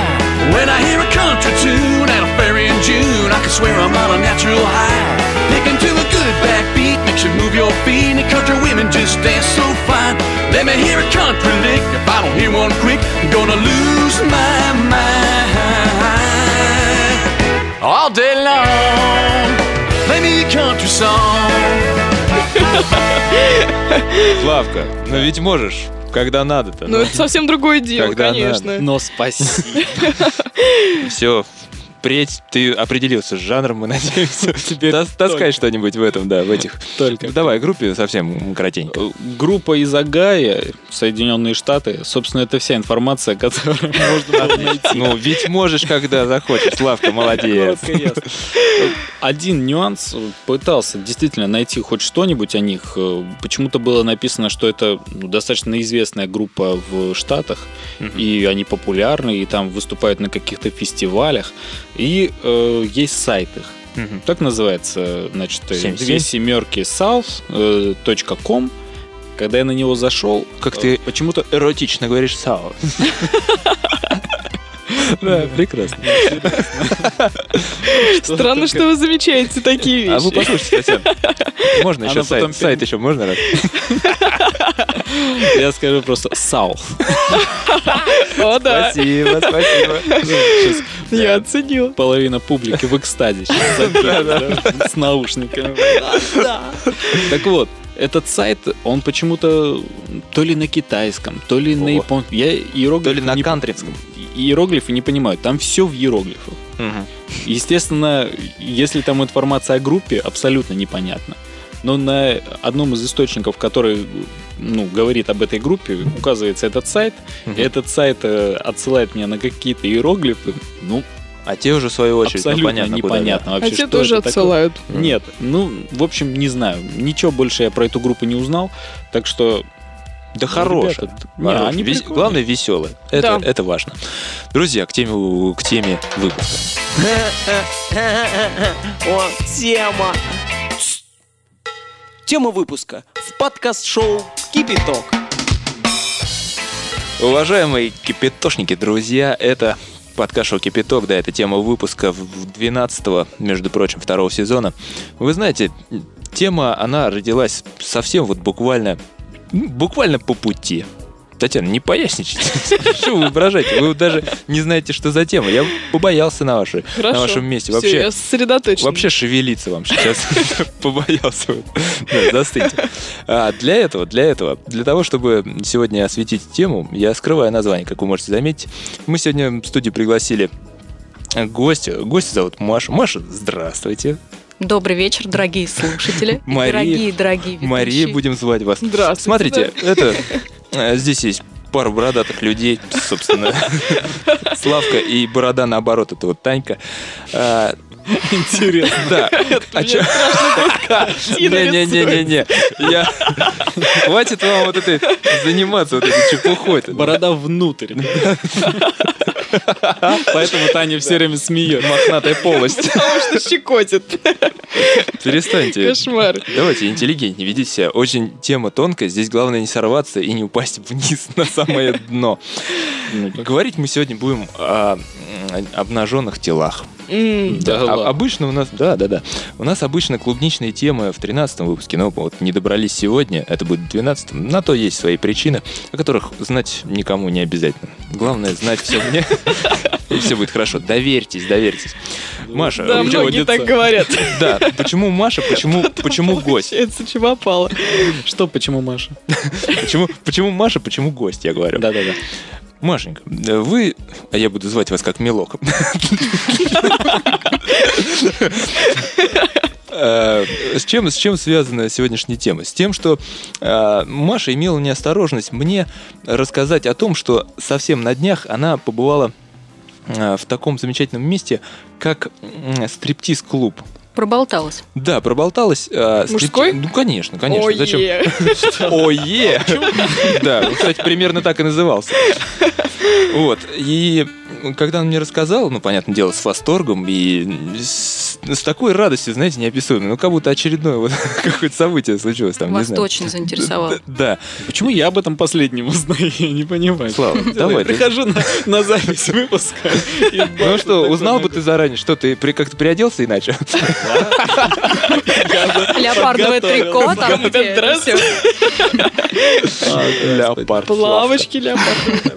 J: When I hear a country tune at a fair in June, I can swear I'm on a natural high. Picking to a good backbeat makes you move your feet, and country women just dance so fine. Let me hear a country lick. If I don't hear one quick, I'm gonna lose my mind all day long. Play me a country song.
C: Славка, ну ведь можешь, когда надо-то.
E: Ну, это совсем другое дело,
C: Когда надо.
E: конечно.
D: Но спасибо.
C: Все, впредь ты определился с жанром, мы надеемся.
D: Теперь
C: Тас- Таскай
D: только.
C: что-нибудь в этом, да, в этих.
D: Только.
C: Давай, группе совсем коротенько.
D: Э, Группа из Огайо, Соединенные Штаты. Собственно, это вся информация, которую можно было найти.
C: Ну, ведь можешь, когда захочешь. Славка, молодец.
D: Коротко и ясно. Один нюанс. Пытался действительно найти хоть что-нибудь о них. Э, Почему-то было написано, что это ну, достаточно известная группа в Штатах, и они популярны, и там выступают на каких-то фестивалях. И э, есть сайт их.
C: Мгм.
D: Так называется, значит, э,
C: Семь
D: две
C: семь.
D: семерки south.com. Когда я на него зашел,
C: Как
D: э,
C: ты-
D: почему-то
C: Эротично говоришь сау.
D: да, прекрасно.
E: Странно, что вы замечаете такие
C: А вы
E: вещи.
C: послушайте, Татьяна. Можно
D: Она
C: еще
D: потом
C: сайт? Сайт еще можно раз?
D: Я скажу просто south.
E: О, да,
C: Спасибо, спасибо.
D: Сейчас
E: я оценила.
D: половина публики в экстазе сейчас забегает, да, с наушниками. Так вот, этот сайт, он почему-то то ли на китайском, то ли на
C: О.
D: японском. Я иероглифы
C: То ли на
D: не-
C: кантринском.
D: Иероглифы не понимаю, там все в иероглифах.
C: Мгм.
D: Естественно, если там информация о группе, абсолютно непонятно. Но на одном из источников, который ну, говорит об этой группе, указывается этот сайт.
C: Мгм.
D: Этот сайт э, отсылает меня на какие-то иероглифы. Ну,
C: А те уже, в свою очередь, ну,
D: абсолютно
C: понятно, куда, да.
D: непонятно
E: А
D: вообще.
E: те
D: что
E: тоже
D: это такое.
E: отсылают.
D: Нет, ну, в общем, не знаю. Ничего больше я про эту группу не узнал. Так что...
C: Да хорошая.
D: ребята, не, они
C: Вес-
D: прикольные.
C: Главное, веселые. Это,
E: Да.
C: это важно. Друзья, к теме, к теме выпуска.
B: тема. Тема выпуска в подкаст-шоу «Кипяток».
C: Уважаемые кипятошники, друзья, это подкаст «Шоу «Кипяток», да, это тема выпуска в 12 между прочим, второго сезона. Вы знаете, тема, она родилась совсем вот буквально, ну, буквально по пути. Татьяна, не поясничайте. Что вы выражаете? Вы даже не знаете, что за тема. Я побоялся на, вашей, на
E: Хорошо.
C: вашем месте.
E: Всё,
C: Вообще,
E: я сосредоточен.
C: Вообще шевелиться вам сейчас. Побоялся. вот. Да, Застыньте. А, Для этого, для этого, для того, чтобы сегодня осветить тему, я скрываю название, как вы можете заметить. Мы сегодня в студию пригласили гостя. Гостя зовут Маша. Маша, здравствуйте.
K: Добрый вечер, дорогие слушатели. и
C: Мария-
K: Дорогие, дорогие ведущие.
C: Мария, будем звать вас.
E: Здравствуйте.
C: Смотрите, это... э, Здесь есть пару бородатых людей, собственно. Славка и борода, наоборот, это вот Танька. А,
D: Интересно.
C: Да. А чё- Не-не-не-не-не. Я... Хватит вам вот этой заниматься вот этой чепухой.
D: Борода внутрь. Поэтому Таня все время смеет.
C: Мохнатой полость.
E: Потому что щекотит.
C: Перестаньте.
E: Кошмар.
C: Давайте интеллигентнее ведите себя. Очень тема тонкая. Здесь главное не сорваться и не упасть вниз на самое дно. Говорить мы сегодня будем о м, обнаженных телах.
E: М,
D: Да
C: А-
D: ладно.
C: обычно у нас, да, да, да. У нас обычно клубничные темы в 13 выпуске, но вот не добрались сегодня, это будет в 12 На то есть свои причины, о которых знать никому не обязательно. Главное знать все мне, и все будет хорошо. Доверьтесь, доверьтесь. Маша,
E: Да,
C: почему-
E: многие так говорят.
C: да, почему Маша, почему, почему гость?
E: Получается, чего попало.
D: Что, почему, Маша?
C: Почему, почему Маша, почему гость, я говорю.
D: Да-да-да.
C: Машенька, э, вы, а я буду звать вас как Милок. Э, С чем, с чем связана сегодняшняя тема? С тем, что э, Маша имела неосторожность мне рассказать о том, что совсем на днях она побывала э, в таком замечательном месте, как м, стриптиз-клуб.
K: Проболталась.
C: Да, проболталась. э, стрип-
E: Мужской?
C: Ну, конечно, конечно. Зачем?
E: Ое.
C: Ое! Да, он, кстати, примерно так и назывался. Вот, и когда он мне рассказал, ну, понятное дело, с восторгом и с, с такой радостью, знаете, неописуемой, ну, как будто очередное вот какое-то событие случилось там,
K: Вас
C: не знаю.
K: точно заинтересовал.
C: Да,
D: Почему я об этом последнем узнаю? Я не понимаю.
C: Слава,
D: Делаю.
C: давай, ты-
D: Прихожу на, на запись выпуска. и
C: ну
D: бах,
C: что,
D: такой
C: узнал бы
D: момент.
C: ты заранее, что ты при- как-то переоделся иначе?
K: Леопардовое трико там.
E: Подготовил
K: где
E: дресс.
K: всё.
C: Леопард.
E: Плавочки леопард.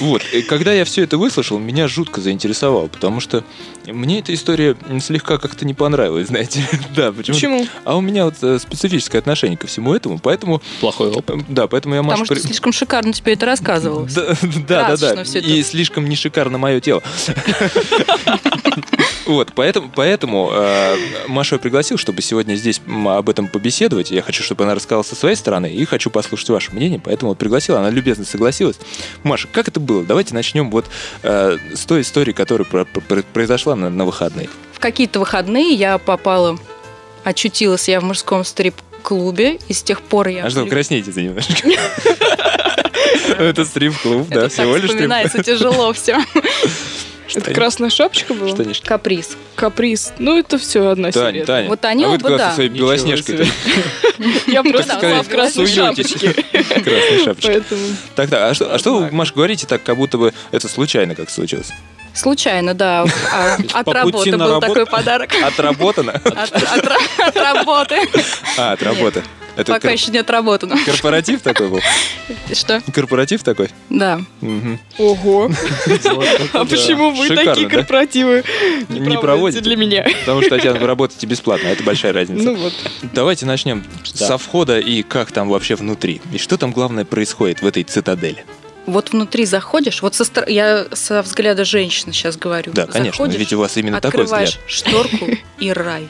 C: Вот, и когда я все это выслушал, меня жутко заинтересовало, потому что мне эта история м, слегка как-то не понравилась, знаете. Да, почему?
E: Почему?
C: А у меня вот э, специфическое отношение ко всему этому, поэтому,
D: Плохой опыт.
C: э, да, поэтому я Машу
K: Потому что
C: при-
K: слишком шикарно тебе это рассказывалось.
C: Да, да, да, да.
K: Красочно всё это.
C: И слишком не шикарно мое тело. Вот, поэтому, поэтому э, Машу я пригласил, чтобы сегодня здесь м, об этом побеседовать. Я хочу, чтобы она рассказала со своей стороны и хочу послушать ваше мнение, поэтому вот пригласил, она любезно согласилась. Маша, как это было? Давайте начнем вот э, с той истории, которая про- про- произошла на, на выходных.
K: В какие-то выходные я попала, очутилась я в мужском стрип-клубе, и с тех пор я...
C: А что, вы краснеете за немножко? Это стрип-клуб,
K: Это
C: да,
K: так
C: всего лишь стрип
K: вспоминается тяжело все.
E: Это красная шапочка была?
C: штанишки.
K: Каприз.
E: Каприз. Ну, это все одна
C: Таня,
E: серия.
C: Таня.
K: Вот они
C: а вы
K: оба,
C: классно
K: да. Ну
C: своей белоснежкой.
E: Я просто
K: Да,
E: была в
K: вот
E: красной
C: суетесь.
E: шапочке.
C: Красная шапочка.
E: Поэтому...
C: Так, так, а что, а что вы, Маш, говорите так, как будто бы это случайно как случилось?
K: Случайно, да. а,
D: По
K: От
D: пути
K: работы
D: на
K: был
D: работу?
K: такой подарок.
C: Отработано?
K: От от ра- от работы.
C: А, от работы. Это
K: Пока
C: кор-
K: еще не отработано.
C: корпоратив такой был?
K: Что?
C: Корпоратив такой?
K: Да.
C: Мгм.
E: Ого. А почему вы
C: Шикарно,
E: такие
C: да?
E: корпоративы
C: Не
E: проводите
C: проводите?
E: для меня?
C: Потому что, Татьяна, вы работаете бесплатно, это большая разница.
E: Ну вот.
C: Давайте начнем со
D: Да.
C: входа и как там вообще внутри. И что там главное происходит в этой цитадели?
K: Вот внутри заходишь, вот со стор- я со взгляда женщины сейчас говорю.
C: Да, конечно,
K: Ну, Заходишь,
C: ведь у вас именно такой
K: открываешь
C: взгляд.
K: шторку и рай.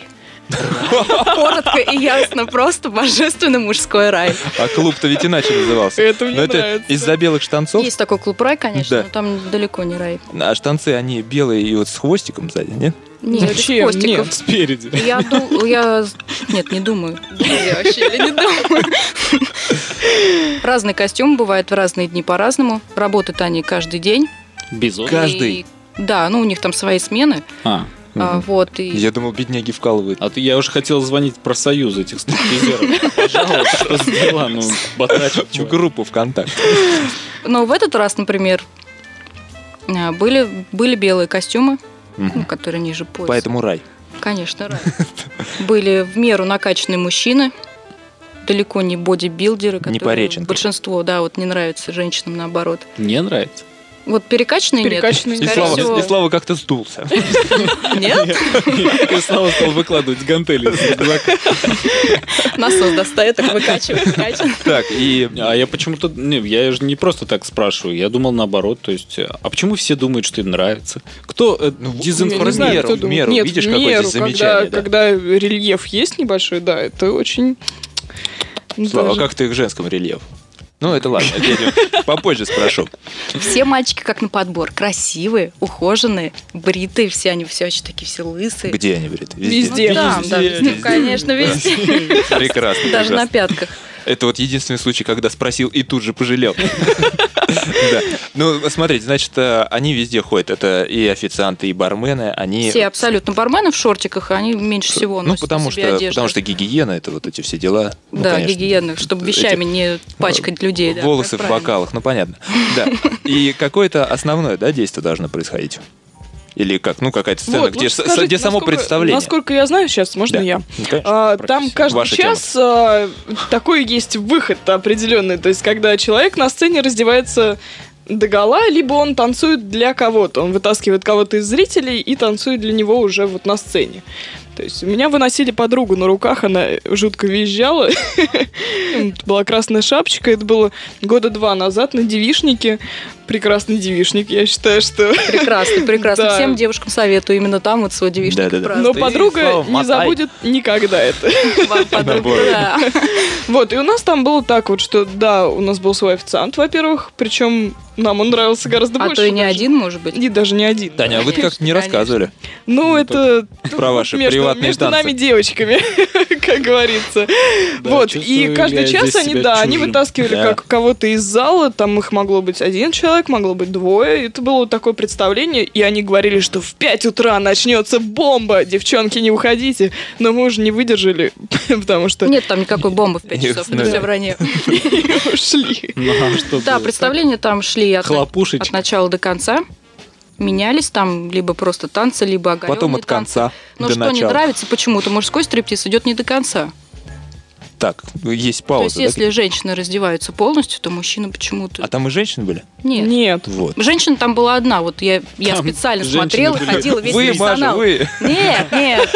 K: Коротко и ясно, просто божественный мужской рай.
C: А клуб-то ведь иначе назывался.
E: Это мне
C: Но это
E: нравится.
C: из-за белых штанцов.
K: Есть такой клуб рай, конечно,
C: Да.
K: но там далеко не рай.
C: А штанцы, они белые и вот с хвостиком сзади, нет?
K: Нет, без
E: Зачем?
K: хвостиков.
D: Спереди.
K: Я, ду- я... Нет, не думаю. Думаю я вообще или не думаю? Разный костюм бывает в разные дни по-разному. Работают они каждый день.
D: Бизон.
C: Каждый?
K: И- Да, ну у них там свои смены.
D: А,
K: А, Вот, и...
C: Я думал, бедняги вкалывают.
D: а ты, я уже хотел звонить в профсоюз этих стриптизеров. Пожалуйста, что за дела? Ну, батрачек,
C: В
D: чувак.
C: группу ВКонтакте.
K: Но в этот раз, например, а, были, были белые костюмы, ну, которые ниже пояса.
C: Поэтому рай.
K: Конечно, рай. Были в меру накачанные мужчины. далеко не бодибилдеры, которые
C: Пореченко.
K: большинство, да, вот не нравится женщинам наоборот.
C: Не нравится.
K: Вот перекачанные,
E: Перекачанные
K: нет,
C: И
K: скорее всего.
C: Слава, и Слава как-то сдулся.
K: Нет,
D: И Слава стал выкладывать гантели из рюкзака.
K: насос достает, так выкачивает, выкачивает.
C: Так, и
D: А я почему-то... Не, я же не просто так спрашиваю. Я думал наоборот. То есть, а почему все думают, что им нравится? Кто э,
E: Ну, Я не знаю,
D: дезинформирует?
C: ну,
E: кто
C: меру,
E: думает.
C: меру,
E: Нет,
C: видишь, какое
E: меру,
C: здесь замечание, да.
E: Когда, когда рельеф есть небольшой, да, это очень... ну,
C: Слава,
E: даже-
C: как ты к женскому рельефу? Ну, это ладно, это я тебя попозже спрошу.
K: Все мальчики как на подбор. Красивые, ухоженные, бритые все они, все очень такие все лысые.
C: Где они, Брит?
E: Везде.
K: Ну, там, да, везде, конечно, везде.
C: Прекрасно.
K: Даже на
C: прекрасно.
K: пятках.
C: Это вот единственный случай, когда спросил и тут же пожалел. Да. Ну, смотрите, значит, э, они везде ходят. Это и официанты, и бармены. Они...
K: Все абсолютно бармены в шортиках, они меньше всего
C: Ну,
K: носят
C: потому
K: на себе
C: что,
K: одежду.
C: потому что гигиена, это вот эти все дела. Ну,
K: да,
C: конечно.
K: гигиенных, чтобы
C: Эти
K: вещами не пачкать людей. да,
C: Волосы
K: как
C: в
K: правильно.
C: бокалах, ну, понятно. Да. И какое-то основное, да, действие должно происходить? Или как, ну, какая-то сцена,
E: Вот,
C: где,
E: лучше
C: с-
E: скажите,
C: где само
E: насколько-
C: представление.
E: Насколько я знаю сейчас, можно
C: Да.
E: я?
C: Ну, конечно,
E: А, Там
C: профессия.
E: каждый
C: Ваша тема.
E: час а, такой есть выход определенный. То есть, когда человек на сцене раздевается догола, либо он танцует для кого-то. Он вытаскивает кого-то из зрителей и танцует для него уже вот на сцене. То есть меня выносили подругу на руках, она жутко визжала. Это была красная шапочка, это было года два назад на девишнике. Прекрасный девишник, я считаю, что...
K: Прекрасно, прекрасно.
E: Да.
K: Всем девушкам советую именно там вот свой девичник.
C: Да-да-да.
E: Но
C: Ты,
E: подруга
C: Слава,
E: не
C: мотай.
E: забудет никогда это.
C: Набор.
E: Вот, и у нас там было так вот, что да, у нас был свой официант, во-первых, причем нам он нравился гораздо
K: А
E: больше.
K: то и не
E: даже.
K: один, может быть.
E: И даже не один.
C: Таня, а вы
K: Конечно,
C: как не
K: конечно.
C: рассказывали
E: Ну, это
C: про ваши
E: между,
C: приватные
E: между нами
C: танцы.
E: девочками, как говорится.
D: Да,
E: вот, и
D: чувствую
E: каждый
D: я
E: час
D: здесь
E: они,
D: себя
E: да, они
D: чужим.
E: вытаскивали
C: Да.
E: как кого-то из зала, там их могло быть один человек, могло быть двое, это было вот такое представление, и они говорили, что в 5 утра начнется бомба, девчонки, не уходите, но мы уже не выдержали, потому что
K: Нет там никакой бомбы в 5
C: Нет,
K: часов, это
C: да.
K: все вранье.
E: ушли.
D: Ну, а что
K: Да,
D: было?
K: представления там шли от, от
D: Хлопушечки.
K: начала до конца. Менялись там либо просто танцы, либо оголенные
C: Потом от
K: танцы.
C: конца
K: Но
C: до
K: что не
C: начала.
K: нравится, почему-то мужской стриптиз идет не до конца.
C: Так, ну, есть
K: То
C: пауза.
K: есть,
C: да,
K: если женщины раздеваются полностью, то мужчина почему-то...
C: А там и женщины были?
K: Нет.
E: Нет.
C: Вот.
K: Женщина там была одна, вот я, я
D: Там
K: специально
D: женщины
K: смотрела,
D: были.
K: ходила весь
C: Вы, Маша,
K: персонал.
C: вы.
K: Нет, нет.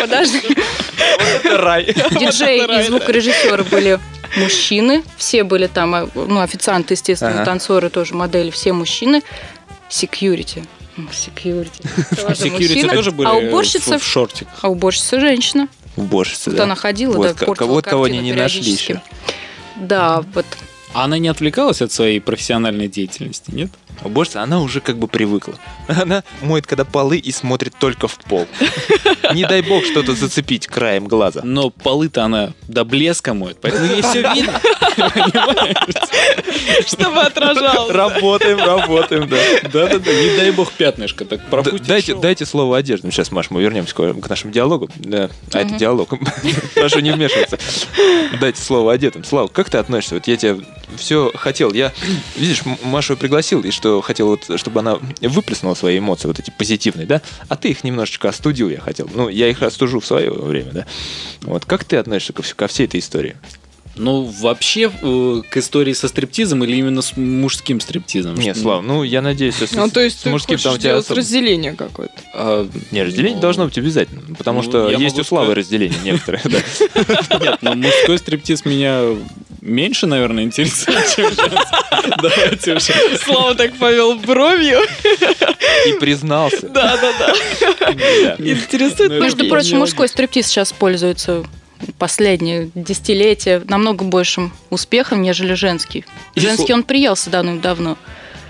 K: Подожди.
C: Это рай.
K: Диджей и звукорежиссеры были мужчины. Все были там, а, ну, официанты, естественно,
C: Ага.
K: танцоры тоже, модели, все мужчины. Секьюрити. М, Секьюрити.
D: А
K: Тоже
D: секьюрити
K: мужчина.
D: тоже были
K: А
D: э,
K: уборщица,
D: в в шортиках.
K: а уборщица женщина.
C: Уборщица,
K: Вот
C: да.
K: она ходила,
C: Вот
K: да,
C: ко-
K: портила
C: вот кого они
K: картину
C: не нашли
K: периодически.
C: еще.
K: Да, вот.
D: А она не отвлекалась от своей профессиональной деятельности, нет?
C: Уборщица, она уже как бы привыкла. Она моет когда полы и смотрит только в пол. Не дай бог что-то зацепить краем глаза.
D: Но полы-то она до блеска моет, поэтому ей все видно.
E: Чтобы отражалось.
C: Работаем, работаем, да.
D: Да-да-да, не дай бог пятнышко, так пропустит.
C: Дайте,
D: шоу.
C: дайте слово одеждам. Сейчас, Маш, мы вернемся к, к нашему диалогу. Да. А это диалог. Прошу не вмешиваться. Дайте слово одетым. Слава, как ты относишься? Вот я тебя все хотел. Я, видишь, М- Машу пригласил, и что хотел, вот, чтобы она выплеснула свои эмоции, вот эти позитивные, да? А ты их немножечко остудил, я хотел. Ну, я их остужу в свое время, да? Вот как ты относишься ко, вс- ко всей этой истории?
D: Ну, вообще, э, к истории со стриптизом или именно с мужским стриптизом?
C: Не,
D: Что-
C: Слав, ну, я надеюсь, что с,
E: Ну, то есть
C: с
E: ты
C: мужским там у
E: хочешь
C: тебя
E: делать
C: особо...
E: разделение какое-то.
D: А,
C: Не, разделение
D: ну,
C: должно быть обязательно, потому
D: Ну,
C: что
D: я
C: есть
D: могу
C: у Славы
D: сказать-
C: разделение некоторые, да.
D: Нет, но мужской стриптиз меня меньше, наверное, интересует, чем женский. Давайте уже.
E: Слава так повел бровью.
C: И признался.
E: Да, да, да.
C: Да.
E: Интересует
D: Ну, это
E: меня.
K: Между
D: Окей.
K: прочим,
D: Ну,
K: мужской стриптиз сейчас пользуется последние десятилетия намного большим успехом, нежели женский.
D: И
K: Женский он приелся давным-давно.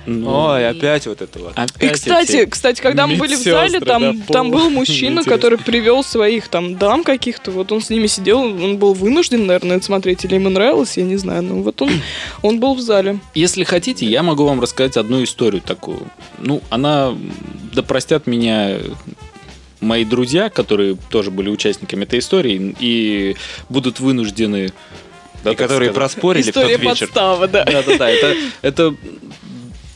D: Ну,
C: Ой,
K: И-
C: опять вот это вот.
D: опять
E: И, кстати,
D: эти-
E: кстати, когда мы были в зале,
D: медсестры,
E: там,
D: да,
E: там был
D: пол.
E: мужчина,
D: Интересно.
E: который привел своих там дам каких-то, вот он с ними сидел, он был вынужден, наверное, это смотреть, или ему нравилось, я не знаю, но вот он, он был в зале.
D: Если хотите, я могу вам рассказать одну историю такую. Ну, она, м, да простят меня мои друзья, которые тоже были участниками этой истории и будут вынуждены... да,
C: И
D: так
C: которые
D: сказать.
C: проспорили в тот
E: История
C: вечер.
E: подстава, да.
D: Да-да-да, это, это...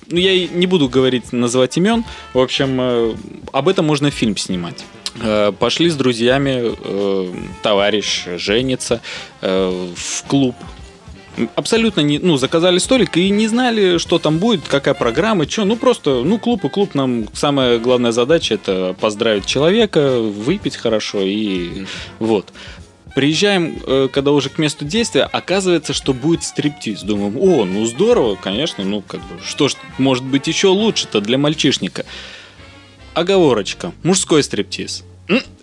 D: Ну, я и не буду говорить, называть имен. В общем, э, об этом можно фильм снимать. Э, Пошли с друзьями, э, товарищ женится э, в клуб. М, Абсолютно не, ну, заказали столик и не знали, что там будет, какая программа, что. Ну, просто, ну, клуб и клуб нам самая главная задача это поздравить человека, выпить хорошо и вот. Приезжаем, э, когда уже к месту действия, оказывается, что будет стриптиз. Думаем, о, ну здорово, конечно, ну как бы, что ж может быть еще лучше-то для мальчишника. Оговорочка, мужской стриптиз.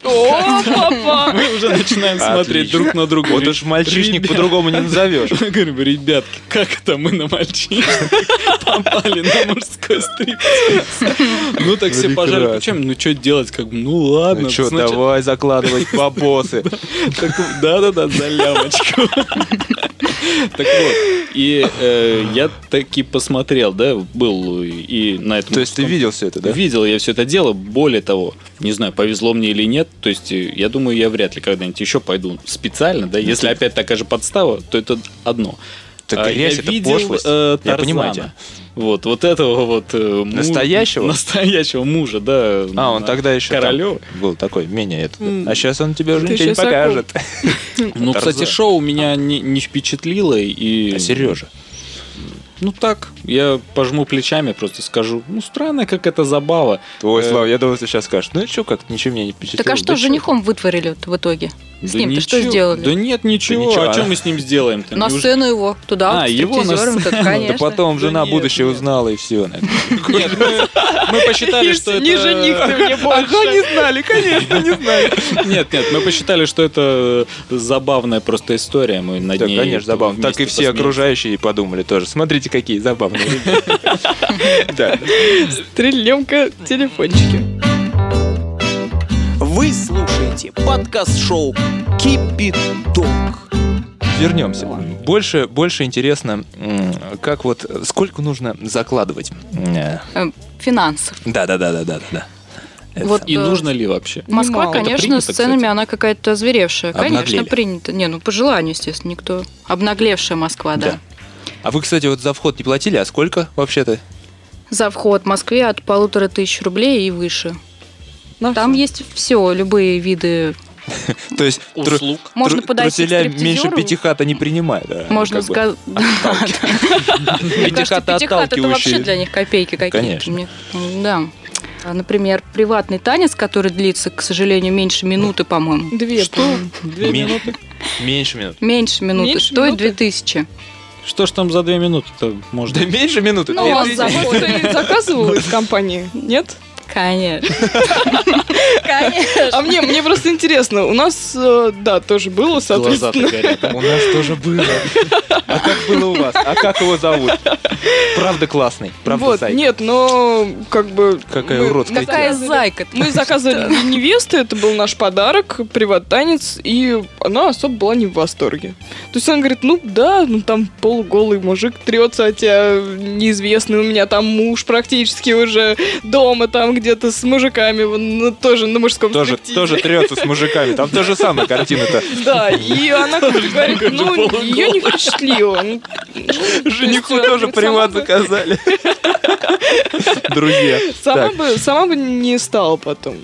E: О, папа!
D: Мы уже начинаем смотреть
C: Отлично.
D: друг на друга.
C: Вот уж мальчишник по-другому не назовешь.
D: Я говорю, ребятки, как это мы на мальчишник попали на мужской стриптиз? Ну так все пожали
C: Прекрасно.
D: плечами, ну что делать, как бы, ну ладно.
C: Ну что,
D: значит,
C: давай закладывать бабосы.
D: так- Да-да-да, за лямочку. Так вот, и э, я таки посмотрел, да, был и на этом...
C: То есть ты
D: мужском-
C: видел все это, да?
D: Видел я все это дело, более того, не знаю, повезло мне или нет, то есть э, я думаю, я вряд ли когда-нибудь еще пойду специально, да, если опять такая же подстава, то это одно.
C: Ну, Так
D: А
C: грязь,
D: я
C: это
D: видел,
C: пошлость.
D: э,
C: Я
D: Тарзана.
C: понимаю тебя.
D: Вот, вот этого вот... э, му-
C: Настоящего?
D: Настоящего мужа, да.
C: А, он тогда еще
D: Королёв.
C: там был такой, менее это.
D: М.
C: А сейчас он тебе уже
E: Ты
C: ничего не
E: щас акул.
C: покажет.
D: Ну, кстати,
C: Тарзан.
D: шоу меня не, не впечатлило и...
C: А Сережа?
D: Ну так, я пожму плечами, просто скажу, ну странно, как это забава.
C: Ой,
D: Э,
C: Слава, я думал, ты сейчас скажешь. Ну что, как ничего меня не впечатлило.
K: Так а что
C: Да
K: с
C: чё?
K: женихом вытворили в итоге? С
D: Да
K: ним-то что
D: ничего- Да
K: сделали?
D: нет, ничего.
C: ничего,
D: а что
C: а?
D: мы с ним сделаем-то?
K: На
D: Неуж-
K: сцену его, туда,
D: А,
K: к
D: его на
K: стриптизерам-то,
D: сцену. Да
C: Да
K: конечно.
C: потом
D: Да
C: жена
D: нет,
C: будущее
D: нет.
C: узнала и все.
D: Нет, мы, мы посчитали, что это...
E: Не жених ты мне больше.
C: не знали, конечно, не знали.
D: Нет, нет, мы посчитали, что это забавная просто история. Мы над
C: Да,
D: ней
C: конечно, забавно. Так и
D: вместе
C: все
D: посмеялись.
C: окружающие подумали тоже. Смотрите, какие забавные. люди. Да.
E: Стрельнемка телефончики.
B: Вы слушаете подкаст-шоу «Кипиток».
C: Вернемся. Больше, больше интересно, м, как вот, э, сколько нужно закладывать. Э,
K: Э, Финансов.
C: Да, да, да, да, да, да. Это
K: Вот
D: И
K: э,
D: нужно ли вообще?
K: Москва,
E: Немало. Это
K: конечно,
D: принято,
K: с ценами
D: кстати?
K: она какая-то озверевшая.
C: Обнаглели.
K: Конечно, принято. Не, ну по желанию, естественно, никто. Обнаглевшая Москва, да.
C: Да. А вы, кстати, вот за вход не платили, а сколько вообще-то?
K: За вход в Москве от полутора тысяч рублей и выше.
E: Ну,
K: Там есть все, любые виды.
C: То есть тру-
D: Услуг.
K: Можно
C: тру-
K: подойти к
C: труселя меньше
K: стриптизеру.
C: пяти хата не принимает. да,
K: Можно
C: Ну, как бы. А
K: сказать... Мне
C: Пятихата
K: кажется, пятихат это вообще
C: отталкивающий.
K: для них копейки какие-то.
C: Конечно.
K: Мне- Да. А, Например, приватный танец, который длится, к сожалению, меньше минуты, по-моему.
E: Две,
D: Что?
E: по-моему.
D: Две
C: Ми-
D: минуты?
C: Меньше минут.
K: Меньше минуты.
E: Меньше
K: Стоит
E: минуты?
K: 2000.
D: Что ж там за две минуты-то можно?
C: Да меньше минуты.
E: Ну,
C: Две
E: а
C: тысячи.
E: за вот ты заказывал из компании? Нет?
K: Конечно.
E: А мне, мне просто интересно, у нас, э, да, тоже было,
D: Глаза
E: соответственно.
C: У нас тоже было. А как было у вас? А как его зовут? Правда классный. Правда
E: вот,
C: зайка.
E: нет, но как бы...
C: Какая
E: мы-
C: уродская
K: Какая
E: тема.
K: зайка.
E: Мы заказывали невесты, это был наш подарок, приват-танец, и она особо была не в восторге. То есть он говорит, ну да, ну там полуголый мужик трется, а тебя неизвестный, у меня там муж практически уже дома там где-то с мужиками, вон, ну, тоже на мужском
C: Тоже,
E: стриптизе».
C: тоже трется с мужиками. Там та же самая картина-то.
E: Да, и она как бы говорит, ну, ее не впечатлило. Ну,
C: Жениху
E: есть,
C: тоже
E: она
C: приват
E: сама бы-
C: заказали. Друзья.
E: Сама
C: Так,
E: бы, сама бы не стала потом.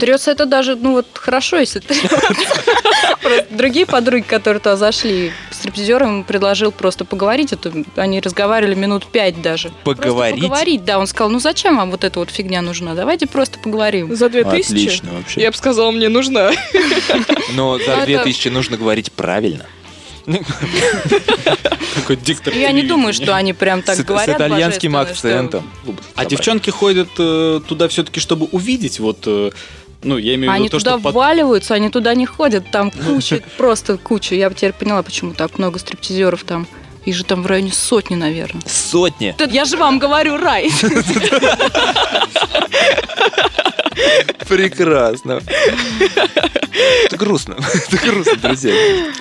K: Трется это даже, ну вот хорошо, если трется. Просто Другие подруги, которые туда зашли, стриптизер им предложил просто поговорить. Это они разговаривали минут пять даже. Просто
C: Поговорить?
K: поговорить, да. Он сказал, ну зачем вам вот эта вот фигня нужна? Давайте просто поговорим.
E: За две тысячи?
C: Отлично вообще.
E: Я бы сказала, мне нужна.
C: Но за
K: это-
C: две тысячи нужно говорить правильно.
D: Какой диктор.
K: Я не
D: телевидения.
K: думаю, что они прям так
C: С с
K: говорят.
C: итальянским
K: божественно, что-
C: акцентом.
D: А девчонки ходят э, туда все-таки, чтобы увидеть вот... э, ну, я имею в
K: Они
D: виду то,
K: туда
D: что... под-
K: вваливаются, они туда не ходят. Там куча, просто куча. Я бы теперь поняла, почему так много стриптизеров там. Их же там в районе сотни, наверное.
C: Сотни.
K: Да Я же вам говорю, рай.
C: Прекрасно. Это грустно. Это грустно, друзья.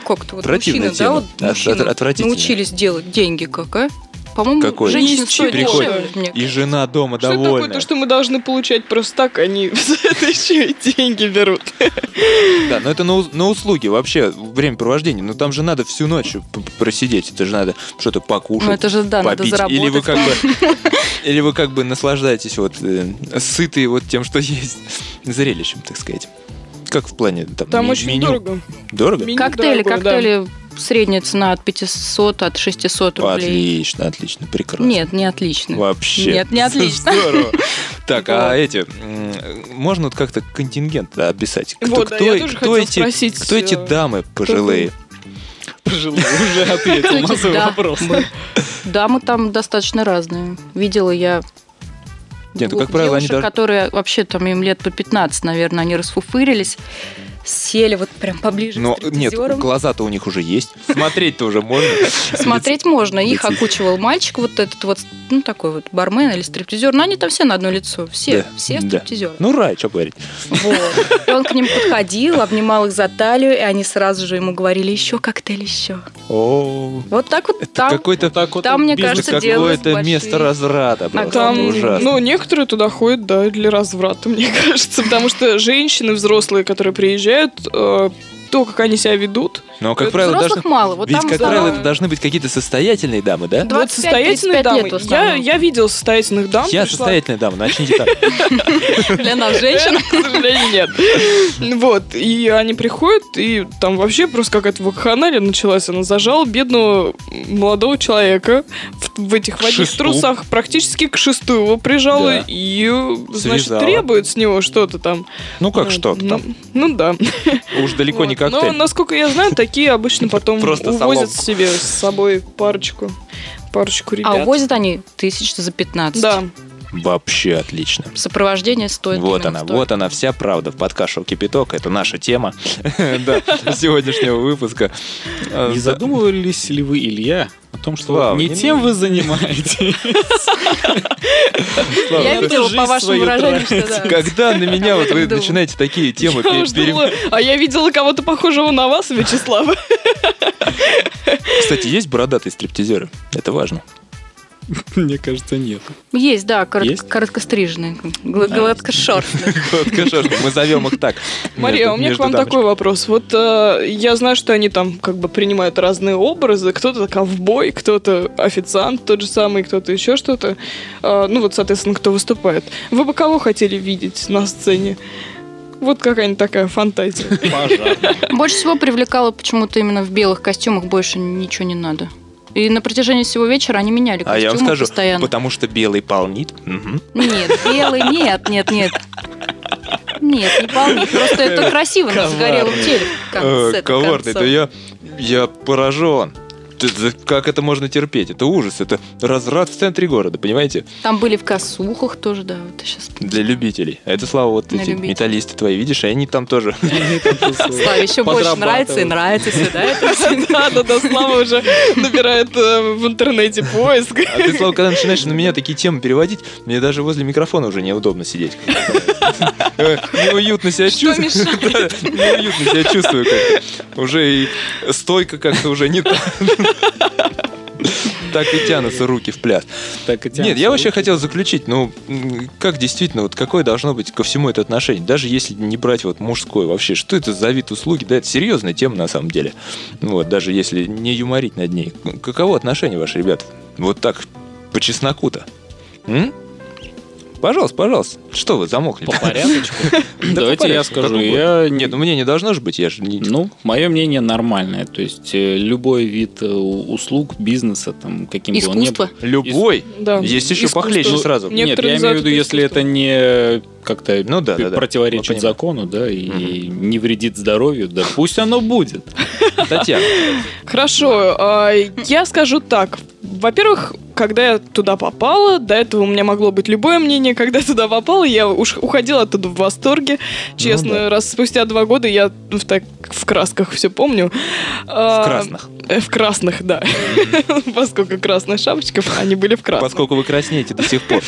K: Как-то вот
C: Противная
K: мужчины, да,
C: тема.
K: вот
C: От-
K: мужчины
C: от- отвратительная.
K: научились делать деньги как, а? По-моему,
C: Какой?
K: женщина
E: Ничего.
K: стоит дешевле. мне
C: И жена дома
E: Что такое
C: довольна.
E: то, что мы должны получать просто так, они за это еще и деньги берут.
C: Да, но это на, у- на услуги вообще времяпровождение. Но там же надо всю ночь п- п- просидеть. Это же надо что-то покушать,
K: Ну, это же, да, надо
C: попить. или вы
K: заработать.
C: как бы, или вы как бы наслаждаетесь вот э, сытые вот тем, что есть зрелищем, так сказать. Как в плане там,
E: Там
C: ме-
E: очень
C: меню?
E: дорого.
C: Дорого?
E: Меню
K: Коктейли,
E: дорого, да.
K: коктейли средняя цена от 500, от 600 рублей.
C: Отлично, отлично, прекрасно.
K: Нет, не отлично.
C: Вообще.
K: Нет, не отлично.
C: Здорово. Так, а эти, м, можно вот как-то контингент описать? Кто,
E: Вот, да,
C: кто,
E: я тоже
C: кто
E: хотела
C: эти,
E: спросить,
C: кто эти
E: э,
C: дамы пожилые?
D: Пожилой уже ответил на
K: Кстати,
D: свой
K: Ну, типа, да.
D: вопрос.
K: Мы- Да, мы там достаточно разные. Видела я
C: Нет, ну,
K: двух
C: как правило, они
K: девушек,
C: даже...
K: которые вообще там им лет по 15, наверное, они расфуфырились, сели вот прям поближе
C: Но
K: к
C: нет,
K: стриптизерам.
C: глаза-то у них уже есть. Смотреть-то уже можно.
K: Смотреть можно. Их
C: лицо.
K: окучивал мальчик, вот этот вот, ну, такой вот бармен или стриптизер. Но они там все на одно лицо. Все,
C: Да,
K: все
C: да.
K: стриптизеры.
C: Ну, рай, что говорить.
K: Вот. И он к ним подходил, обнимал их за талию, и они сразу же ему говорили еще коктейль, еще.
C: О,
K: Вот так вот
C: это
K: там.
C: какой-то...
K: там, мне
C: бизнес,
K: кажется, делают
C: какое-то
K: большие- А
C: место разрата просто
E: Там,
C: ужасно.
E: ну, некоторые туда ходят, да, для разврата, мне кажется, потому что женщины взрослые, которые приезжают, э, то, как они себя ведут,
C: Но, как
E: это
C: правило,
K: Взрослых
C: должны...
K: мало. Вот
C: Ведь,
K: там
C: как
K: за-
C: правило, это должны быть какие-то состоятельные дамы, да?
E: вот
K: 25-35
E: состоятельные
K: лет
E: дамы.
K: в
E: я,
K: основном.
E: я видел состоятельных дам.
C: Я
E: пришла-
C: состоятельная дама, ну, начните так.
K: для нас, женщин.
E: К сожалению, нет. Вот, и они приходят, и там вообще просто какая-то вакханалия началась. Она зажала бедного молодого человека в, в этих
C: К
E: в одних
C: шесту.
E: трусах практически к шесту его прижала
C: Да.
E: и, значит,
C: Связала.
E: требует с него что-то там.
C: Ну, как что
E: Ну,
C: там?
E: Ну, да.
C: Уж далеко не
E: Вот.
K: Ну,
E: Но,
C: коктейль.
E: насколько я знаю, такие обычно потом
C: Просто
E: увозят
C: соломку.
E: себе с собой парочку, парочку ребят.
K: А увозят они тысяч за 15.
E: Да.
C: Вообще отлично.
K: Сопровождение стоит.
C: Вот
K: именно
C: она,
K: столько.
C: вот она вся правда в подкаст «Шоу Кипяток. Это наша тема да, сегодняшнего выпуска. Э,
D: Не
C: да.
D: задумывались ли вы, Илья, о том, что
C: Слава,
D: не
C: не
D: тем
C: надо.
D: вы занимаетесь?
K: Я
D: Ладно,
K: видела
D: жизнь
K: по вашему
D: свою
K: выражению, что да.
C: Когда на меня вот вы
K: Думала.
C: начинаете такие темы
E: Я
C: пере-
E: уж
C: пере-
E: думала, а я видела кого-то похожего на вас, Вячеслава.
C: Кстати, есть бородатые стриптизеры? Это важно.
D: Мне кажется, нет.
K: Есть, да, корот-
D: Есть?
K: короткострижные, гл- гладкошерстные.
C: Вот, конечно, мы зовем их так.
E: Мария, у меня к вам такой вопрос. Вот э, я знаю, что они там как бы принимают разные образы. Кто-то ковбой, кто-то официант тот же самый, кто-то еще что-то. Э, ну вот, соответственно, кто выступает. Вы бы кого хотели видеть на сцене? Вот какая-нибудь такая фантазия.
K: Больше всего привлекало почему-то именно в белых костюмах больше ничего не надо. И на протяжении всего вечера они меняли
C: А
K: костюмы
C: я вам скажу,
K: постоянно.
C: потому что белый полнит. Мгм.
K: Нет, белый, нет, нет, нет. Нет, не полный. Просто это красиво на загорелом теле. как
C: Э,
K: с этой
C: Коварный, да
K: концовкой.
C: я, я поражен. Т- т- Как это можно терпеть? Это ужас, это разрад в центре города, понимаете?
K: Там были в косухах тоже, да. Вот сейчас
C: Для любителей. А Это слава вот
K: Для
C: эти
K: любителей.
C: металлисты твои, видишь, и они там тоже.
K: Славе еще больше
D: Подрабатывают.
K: нравится и нравится все, да? это всё.
E: Да, да, да, Слава уже набирает э, в интернете поиск.
C: А ты, Слава, когда начинаешь на меня такие темы переводить, мне даже возле микрофона уже неудобно сидеть. Э, Неуютно себя
K: Что
C: чувствую.
K: мешает?
C: Да, Неуютно себя чувствую. как-то. Уже и стойка как-то уже не та. Так и тянутся руки в пляс.
D: Так и
C: Нет,
D: тянутся
C: я вообще
D: руки.
C: хотел заключить, ну, м, как действительно, вот какое должно быть ко всему это отношение, даже если не брать вот мужское вообще, что это за вид услуги, да, это серьезная тема на самом деле, вот, даже если не юморить над ней. К- Каково отношение ваше, ребят? Вот так, по чесноку-то. М? Пожалуйста, пожалуйста, что вы замокли?
D: По порядочку.
C: Да по
D: Давайте я
C: порядку, как
D: скажу.
C: угодно.
D: Я
C: Нет, ну мне не должно же быть, я же не...
D: Ну, мое мнение нормальное. То есть э, любой вид э, у- услуг, бизнеса, там, каким бы он ни был.
K: Искусство.
C: Любой.
E: Да.
C: Есть еще
E: Искусство.
C: похлеще сразу.
E: Не-
D: Нет, я
E: Некоторые
D: имею в
E: называют
D: виду,
E: это
D: если это
E: искусством.
D: не как-то
C: Ну да, да, да. Я
D: противоречит
C: понимаю.
D: закону, да, и не вредит здоровью, да пусть оно будет.
C: Татьяна,
E: Хорошо, а, я скажу так. Во-первых, когда я туда попала, до этого у меня могло быть любое мнение, когда я туда попала, я уж уходила оттуда в восторге. Честно,
C: Ну да.
E: раз спустя два года я в, так, в красках все помню.
C: в
E: А, э,
D: А,
C: красных.
E: В красных, да. Поскольку красная шапочка, они были в красных.
C: Поскольку вы краснеете до сих пор.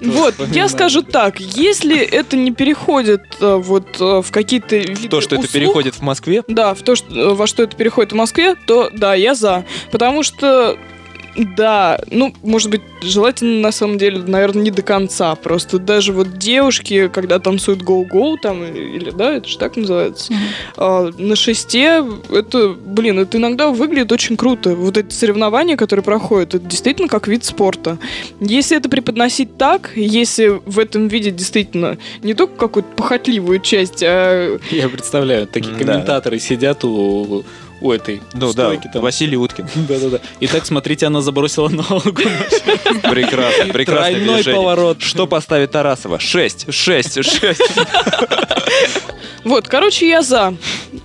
E: Вот, я скажу так, если это не переходит э, вот э, в какие-то виды
C: То, что это
E: услуг,
C: переходит в Москве,
E: да, в то, что, во что это переходит в Москве, то да, я за. Потому что Да, ну, может быть, желательно, на самом деле, наверное, не до конца. Просто даже вот девушки, когда танцуют гоу-гоу, там, или, да, это же так называется, а, на шесте, это, блин, это иногда выглядит очень круто. Вот эти соревнования, которые проходят, это действительно как вид спорта. Если это преподносить так, если в этом виде действительно не только какую-то похотливую часть, а
D: Я представляю, такие
C: М, да.
D: комментаторы сидят у, у этой
C: Ну да,
D: стойки там.
C: Василий Уткин.
D: Да-да-да. Итак, смотрите, она забросила ногу.
C: Прекрасно, прекрасное
D: Тройной
C: движение.
D: поворот.
C: Что поставит Тарасова? Шесть, шесть, шесть.
E: Вот, короче, я за.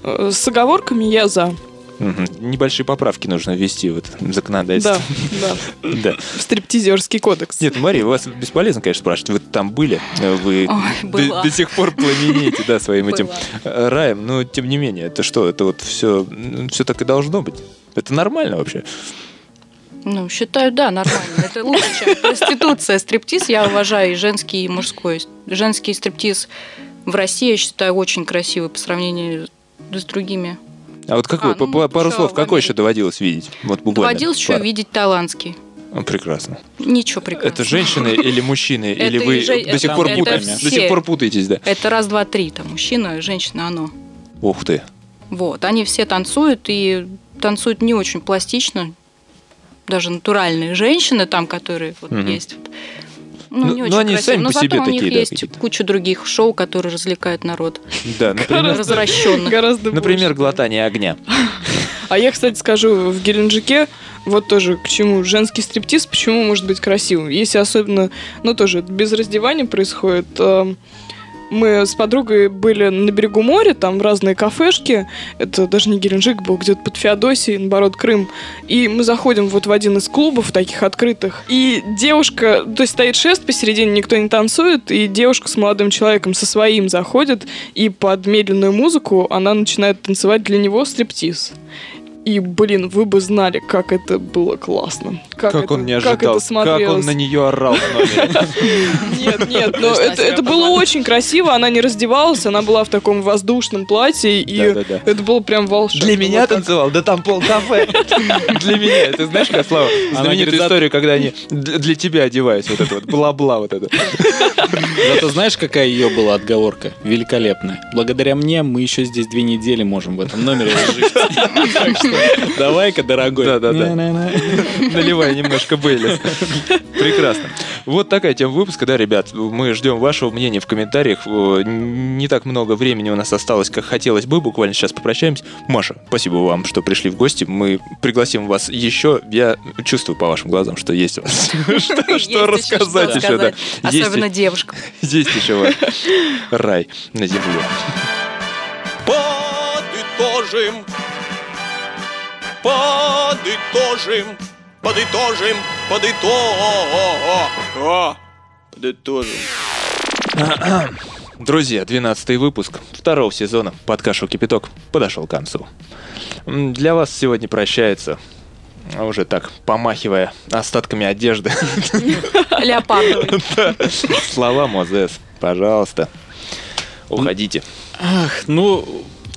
E: Э, С оговорками я за.
C: Мгм. Небольшие поправки нужно ввести в это законодательство.
E: Да, да.
C: Да.
E: В стриптизерский кодекс.
C: Нет, ну, Мария, вас бесполезно, конечно, спрашивать. Вы там были, э, вы
K: Ой,
C: до-
K: была.
C: до сих пор пламенеете, да, своим этим
K: Была.
C: э, раем. Но, тем не менее, это что, это вот все, все так и должно быть. Это нормально вообще.
K: Ну, считаю, да, нормально. Это лучше, чем проституция. Стриптиз я уважаю и женский, и мужской. Женский стриптиз в России, я считаю, очень красивый по сравнению с другими.
C: А вот какой,
K: А, ну,
C: по- по- пару
K: что,
C: слов,
K: в
C: какой еще
K: Америке?
C: доводилось видеть? Вот буквально.
K: Доводилось еще
C: пару.
K: видеть талантский.
C: А, Прекрасно.
K: Ничего прекрасного.
C: Это женщины или мужчины?
K: Это
C: Или
K: и
C: вы
K: же-
C: до сих
D: это-
C: пор
D: это
C: путаетесь? До
K: все.
C: сих пор путаетесь, да.
K: Это раз, два, три. Там мужчина, женщина, оно.
C: Ух ты.
K: Вот. Они все танцуют и танцуют не очень пластично. Даже натуральные женщины там, которые вот
C: Мгм.
K: есть. вот. Ну,
C: Ну,
K: не
C: ну,
K: очень
C: они
K: красиво.
C: сами
K: Но
C: по
K: зато
C: себе
K: у них
C: такие, да,
K: есть
C: какие-то.
K: куча других шоу, которые развлекают народ.
C: Да, например,
K: Развращенных.
E: Гораздо
C: например,
E: больше.
C: глотание огня.
E: А я, кстати, скажу, в Геленджике вот тоже к чему женский стриптиз, почему может быть красивым. Если особенно, ну тоже без раздевания происходит. эм, Мы с подругой были на берегу моря, там разные кафешки. Это даже не Геленджик был, где-то под Феодосией, наоборот, Крым. И мы заходим вот в один из клубов таких открытых. И девушка, то есть стоит шест посередине, никто не танцует, и девушка с молодым человеком со своим заходит, и под медленную музыку она начинает танцевать для него стриптиз. И, блин, вы бы знали, как это было классно. Как, это- Как это смотрелось.
C: нее орал в номере.
E: Нет, нет, но это, это было очень красиво. Она не раздевалась, она была в таком воздушном платье, и
C: Да-да-да.
E: это было прям волшебно.
C: Для меня
E: Вот так.
C: танцевал? Да там пол кафе. Для меня. Ты знаешь, как Слава,
D: Она
C: знаменитую
D: говорит,
C: историю, когда они д- для тебя одеваются, вот это вот, бла-бла вот это.
D: Зато знаешь, какая ее была отговорка? Великолепная. Благодаря мне мы еще здесь две недели можем в этом номере жить. Так что Давай-ка, дорогой.
C: Да-да-да.
D: На-на-на.
C: Наливай немножко Бейлис. Прекрасно. Вот такая тема выпуска, да, ребят. Мы ждем вашего мнения в комментариях. Э, Не так много времени у нас осталось, как хотелось бы. Буквально сейчас попрощаемся. Маша, спасибо вам, что пришли в гости. Мы пригласим вас еще. Я чувствую по вашим глазам, что есть у вас что,
K: Есть еще
C: что рассказать еще. да.
K: рассказать.
C: Есть
K: Особенно девушка.
C: Здесь еще ваш рай на земле.
J: Подытожим, подытожим, подытожим, подытожим, подытожим.
C: Друзья, 12 выпуск второго сезона подкашу «Кипяток» подошел к концу. М, Для вас сегодня прощается а уже так, помахивая остатками одежды.
K: Леопардовый.
C: Слова Мозес, пожалуйста, уходите.
D: Ах, ну,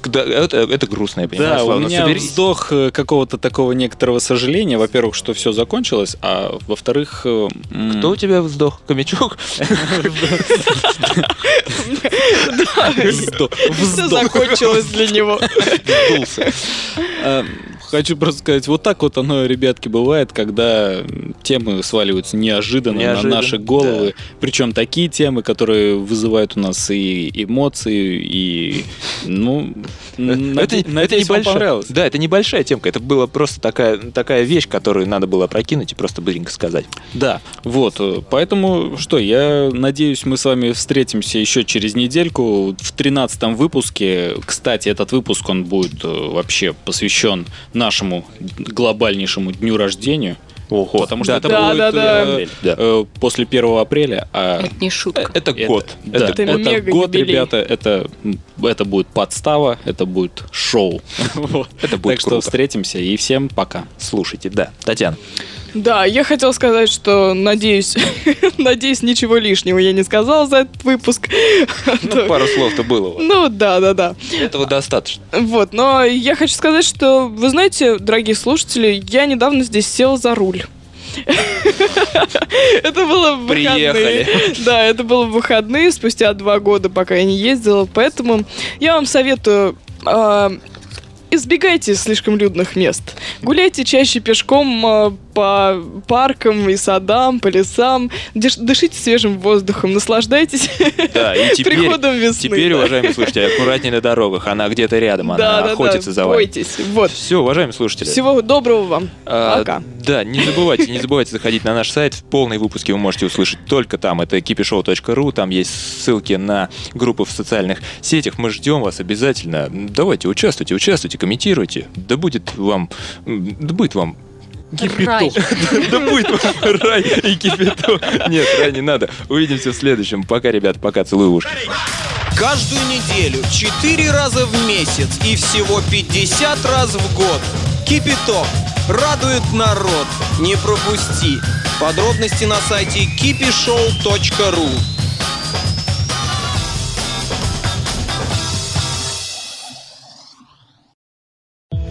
C: Да, Это, это грустно, я понимаю,
D: да, у
C: Слава, но
D: меня
C: соберись.
D: вздох э, какого-то такого некоторого сожаления. Во-первых, что все закончилось, а во-вторых... э, м,
C: Кто у тебя вздох? Хомячок?
D: Вздох.
E: Всё
D: Вздох.
E: закончилось для него.
C: Сдулся.
D: Э, Хочу просто сказать, вот так вот оно, ребятки, бывает, когда м, темы сваливаются неожиданно,
C: Неожиданно,
D: на наши головы. Причем такие темы, которые вызывают у нас и эмоции, и ну на
C: это, это небольшая- Да, это небольшая темка. Это была просто такая, такая вещь, которую надо было прокинуть и просто быстренько сказать.
D: Да, вот. э, Поэтому что, я надеюсь, мы с вами встретимся еще через недельку в 13 выпуске. Кстати, этот выпуск он будет э, вообще посвящен нашему глобальнейшему дню рождения.
C: Ого,
D: Потому что это
E: да,
D: будет
E: да, да.
D: э,
C: Да.
D: э, после 1 апреля. А
K: Это не шутка.
C: Это год.
D: да,
C: Это
D: это,
E: Это мега
D: год,
E: юбилей.
D: ребята. Это, м, это будет подстава, это будет шоу. Вот.
C: Это будет
D: Так что
C: круто.
D: встретимся и всем пока.
C: Слушайте, да. Татьяна.
E: Да, я хотела сказать, что надеюсь, надеюсь, ничего лишнего я не сказала за этот выпуск.
C: Ну, пару слов-то было.
E: Ну да, да, да.
C: Этого достаточно.
E: Вот, но я хочу сказать, что, вы знаете, дорогие слушатели, я недавно здесь села за руль. Это было в выходные.
C: Приехали.
E: Да, это было в выходные, спустя два года, пока я не ездила. Поэтому я вам советую а, избегайте слишком людных мест. Гуляйте чаще пешком а, по паркам и садам, по лесам. Деш- дышите свежим воздухом, наслаждайтесь
C: Да, и теперь,
E: приходом весны.
C: теперь,
E: да.
C: уважаемые слушатели, аккуратнее на дорогах. Она где-то рядом,
E: Да,
C: она
E: да, да,
C: охотится за вами.
E: бойтесь. Вот.
C: Все, уважаемые слушатели.
E: Всего доброго вам.
C: А,
E: Пока.
C: Да, не забывайте, не забывайте заходить на наш сайт. В полные выпуски вы можете услышать только там. Это kipishow.ru. Там есть ссылки на группы в социальных сетях. Мы ждем вас обязательно. Давайте, участвуйте, участвуйте, комментируйте. Да будет вам... м, Да будет вам
L: Рай.
C: Кипяток. Да будет вам рай и кипяток. Нет, рай не надо. Увидимся в следующем. Пока, ребят, пока. Целую в уши.
J: Каждую неделю, 4 раза в месяц и всего 50 раз в год. Кипяток радует народ. Не пропусти. Подробности на сайте kipishow.ru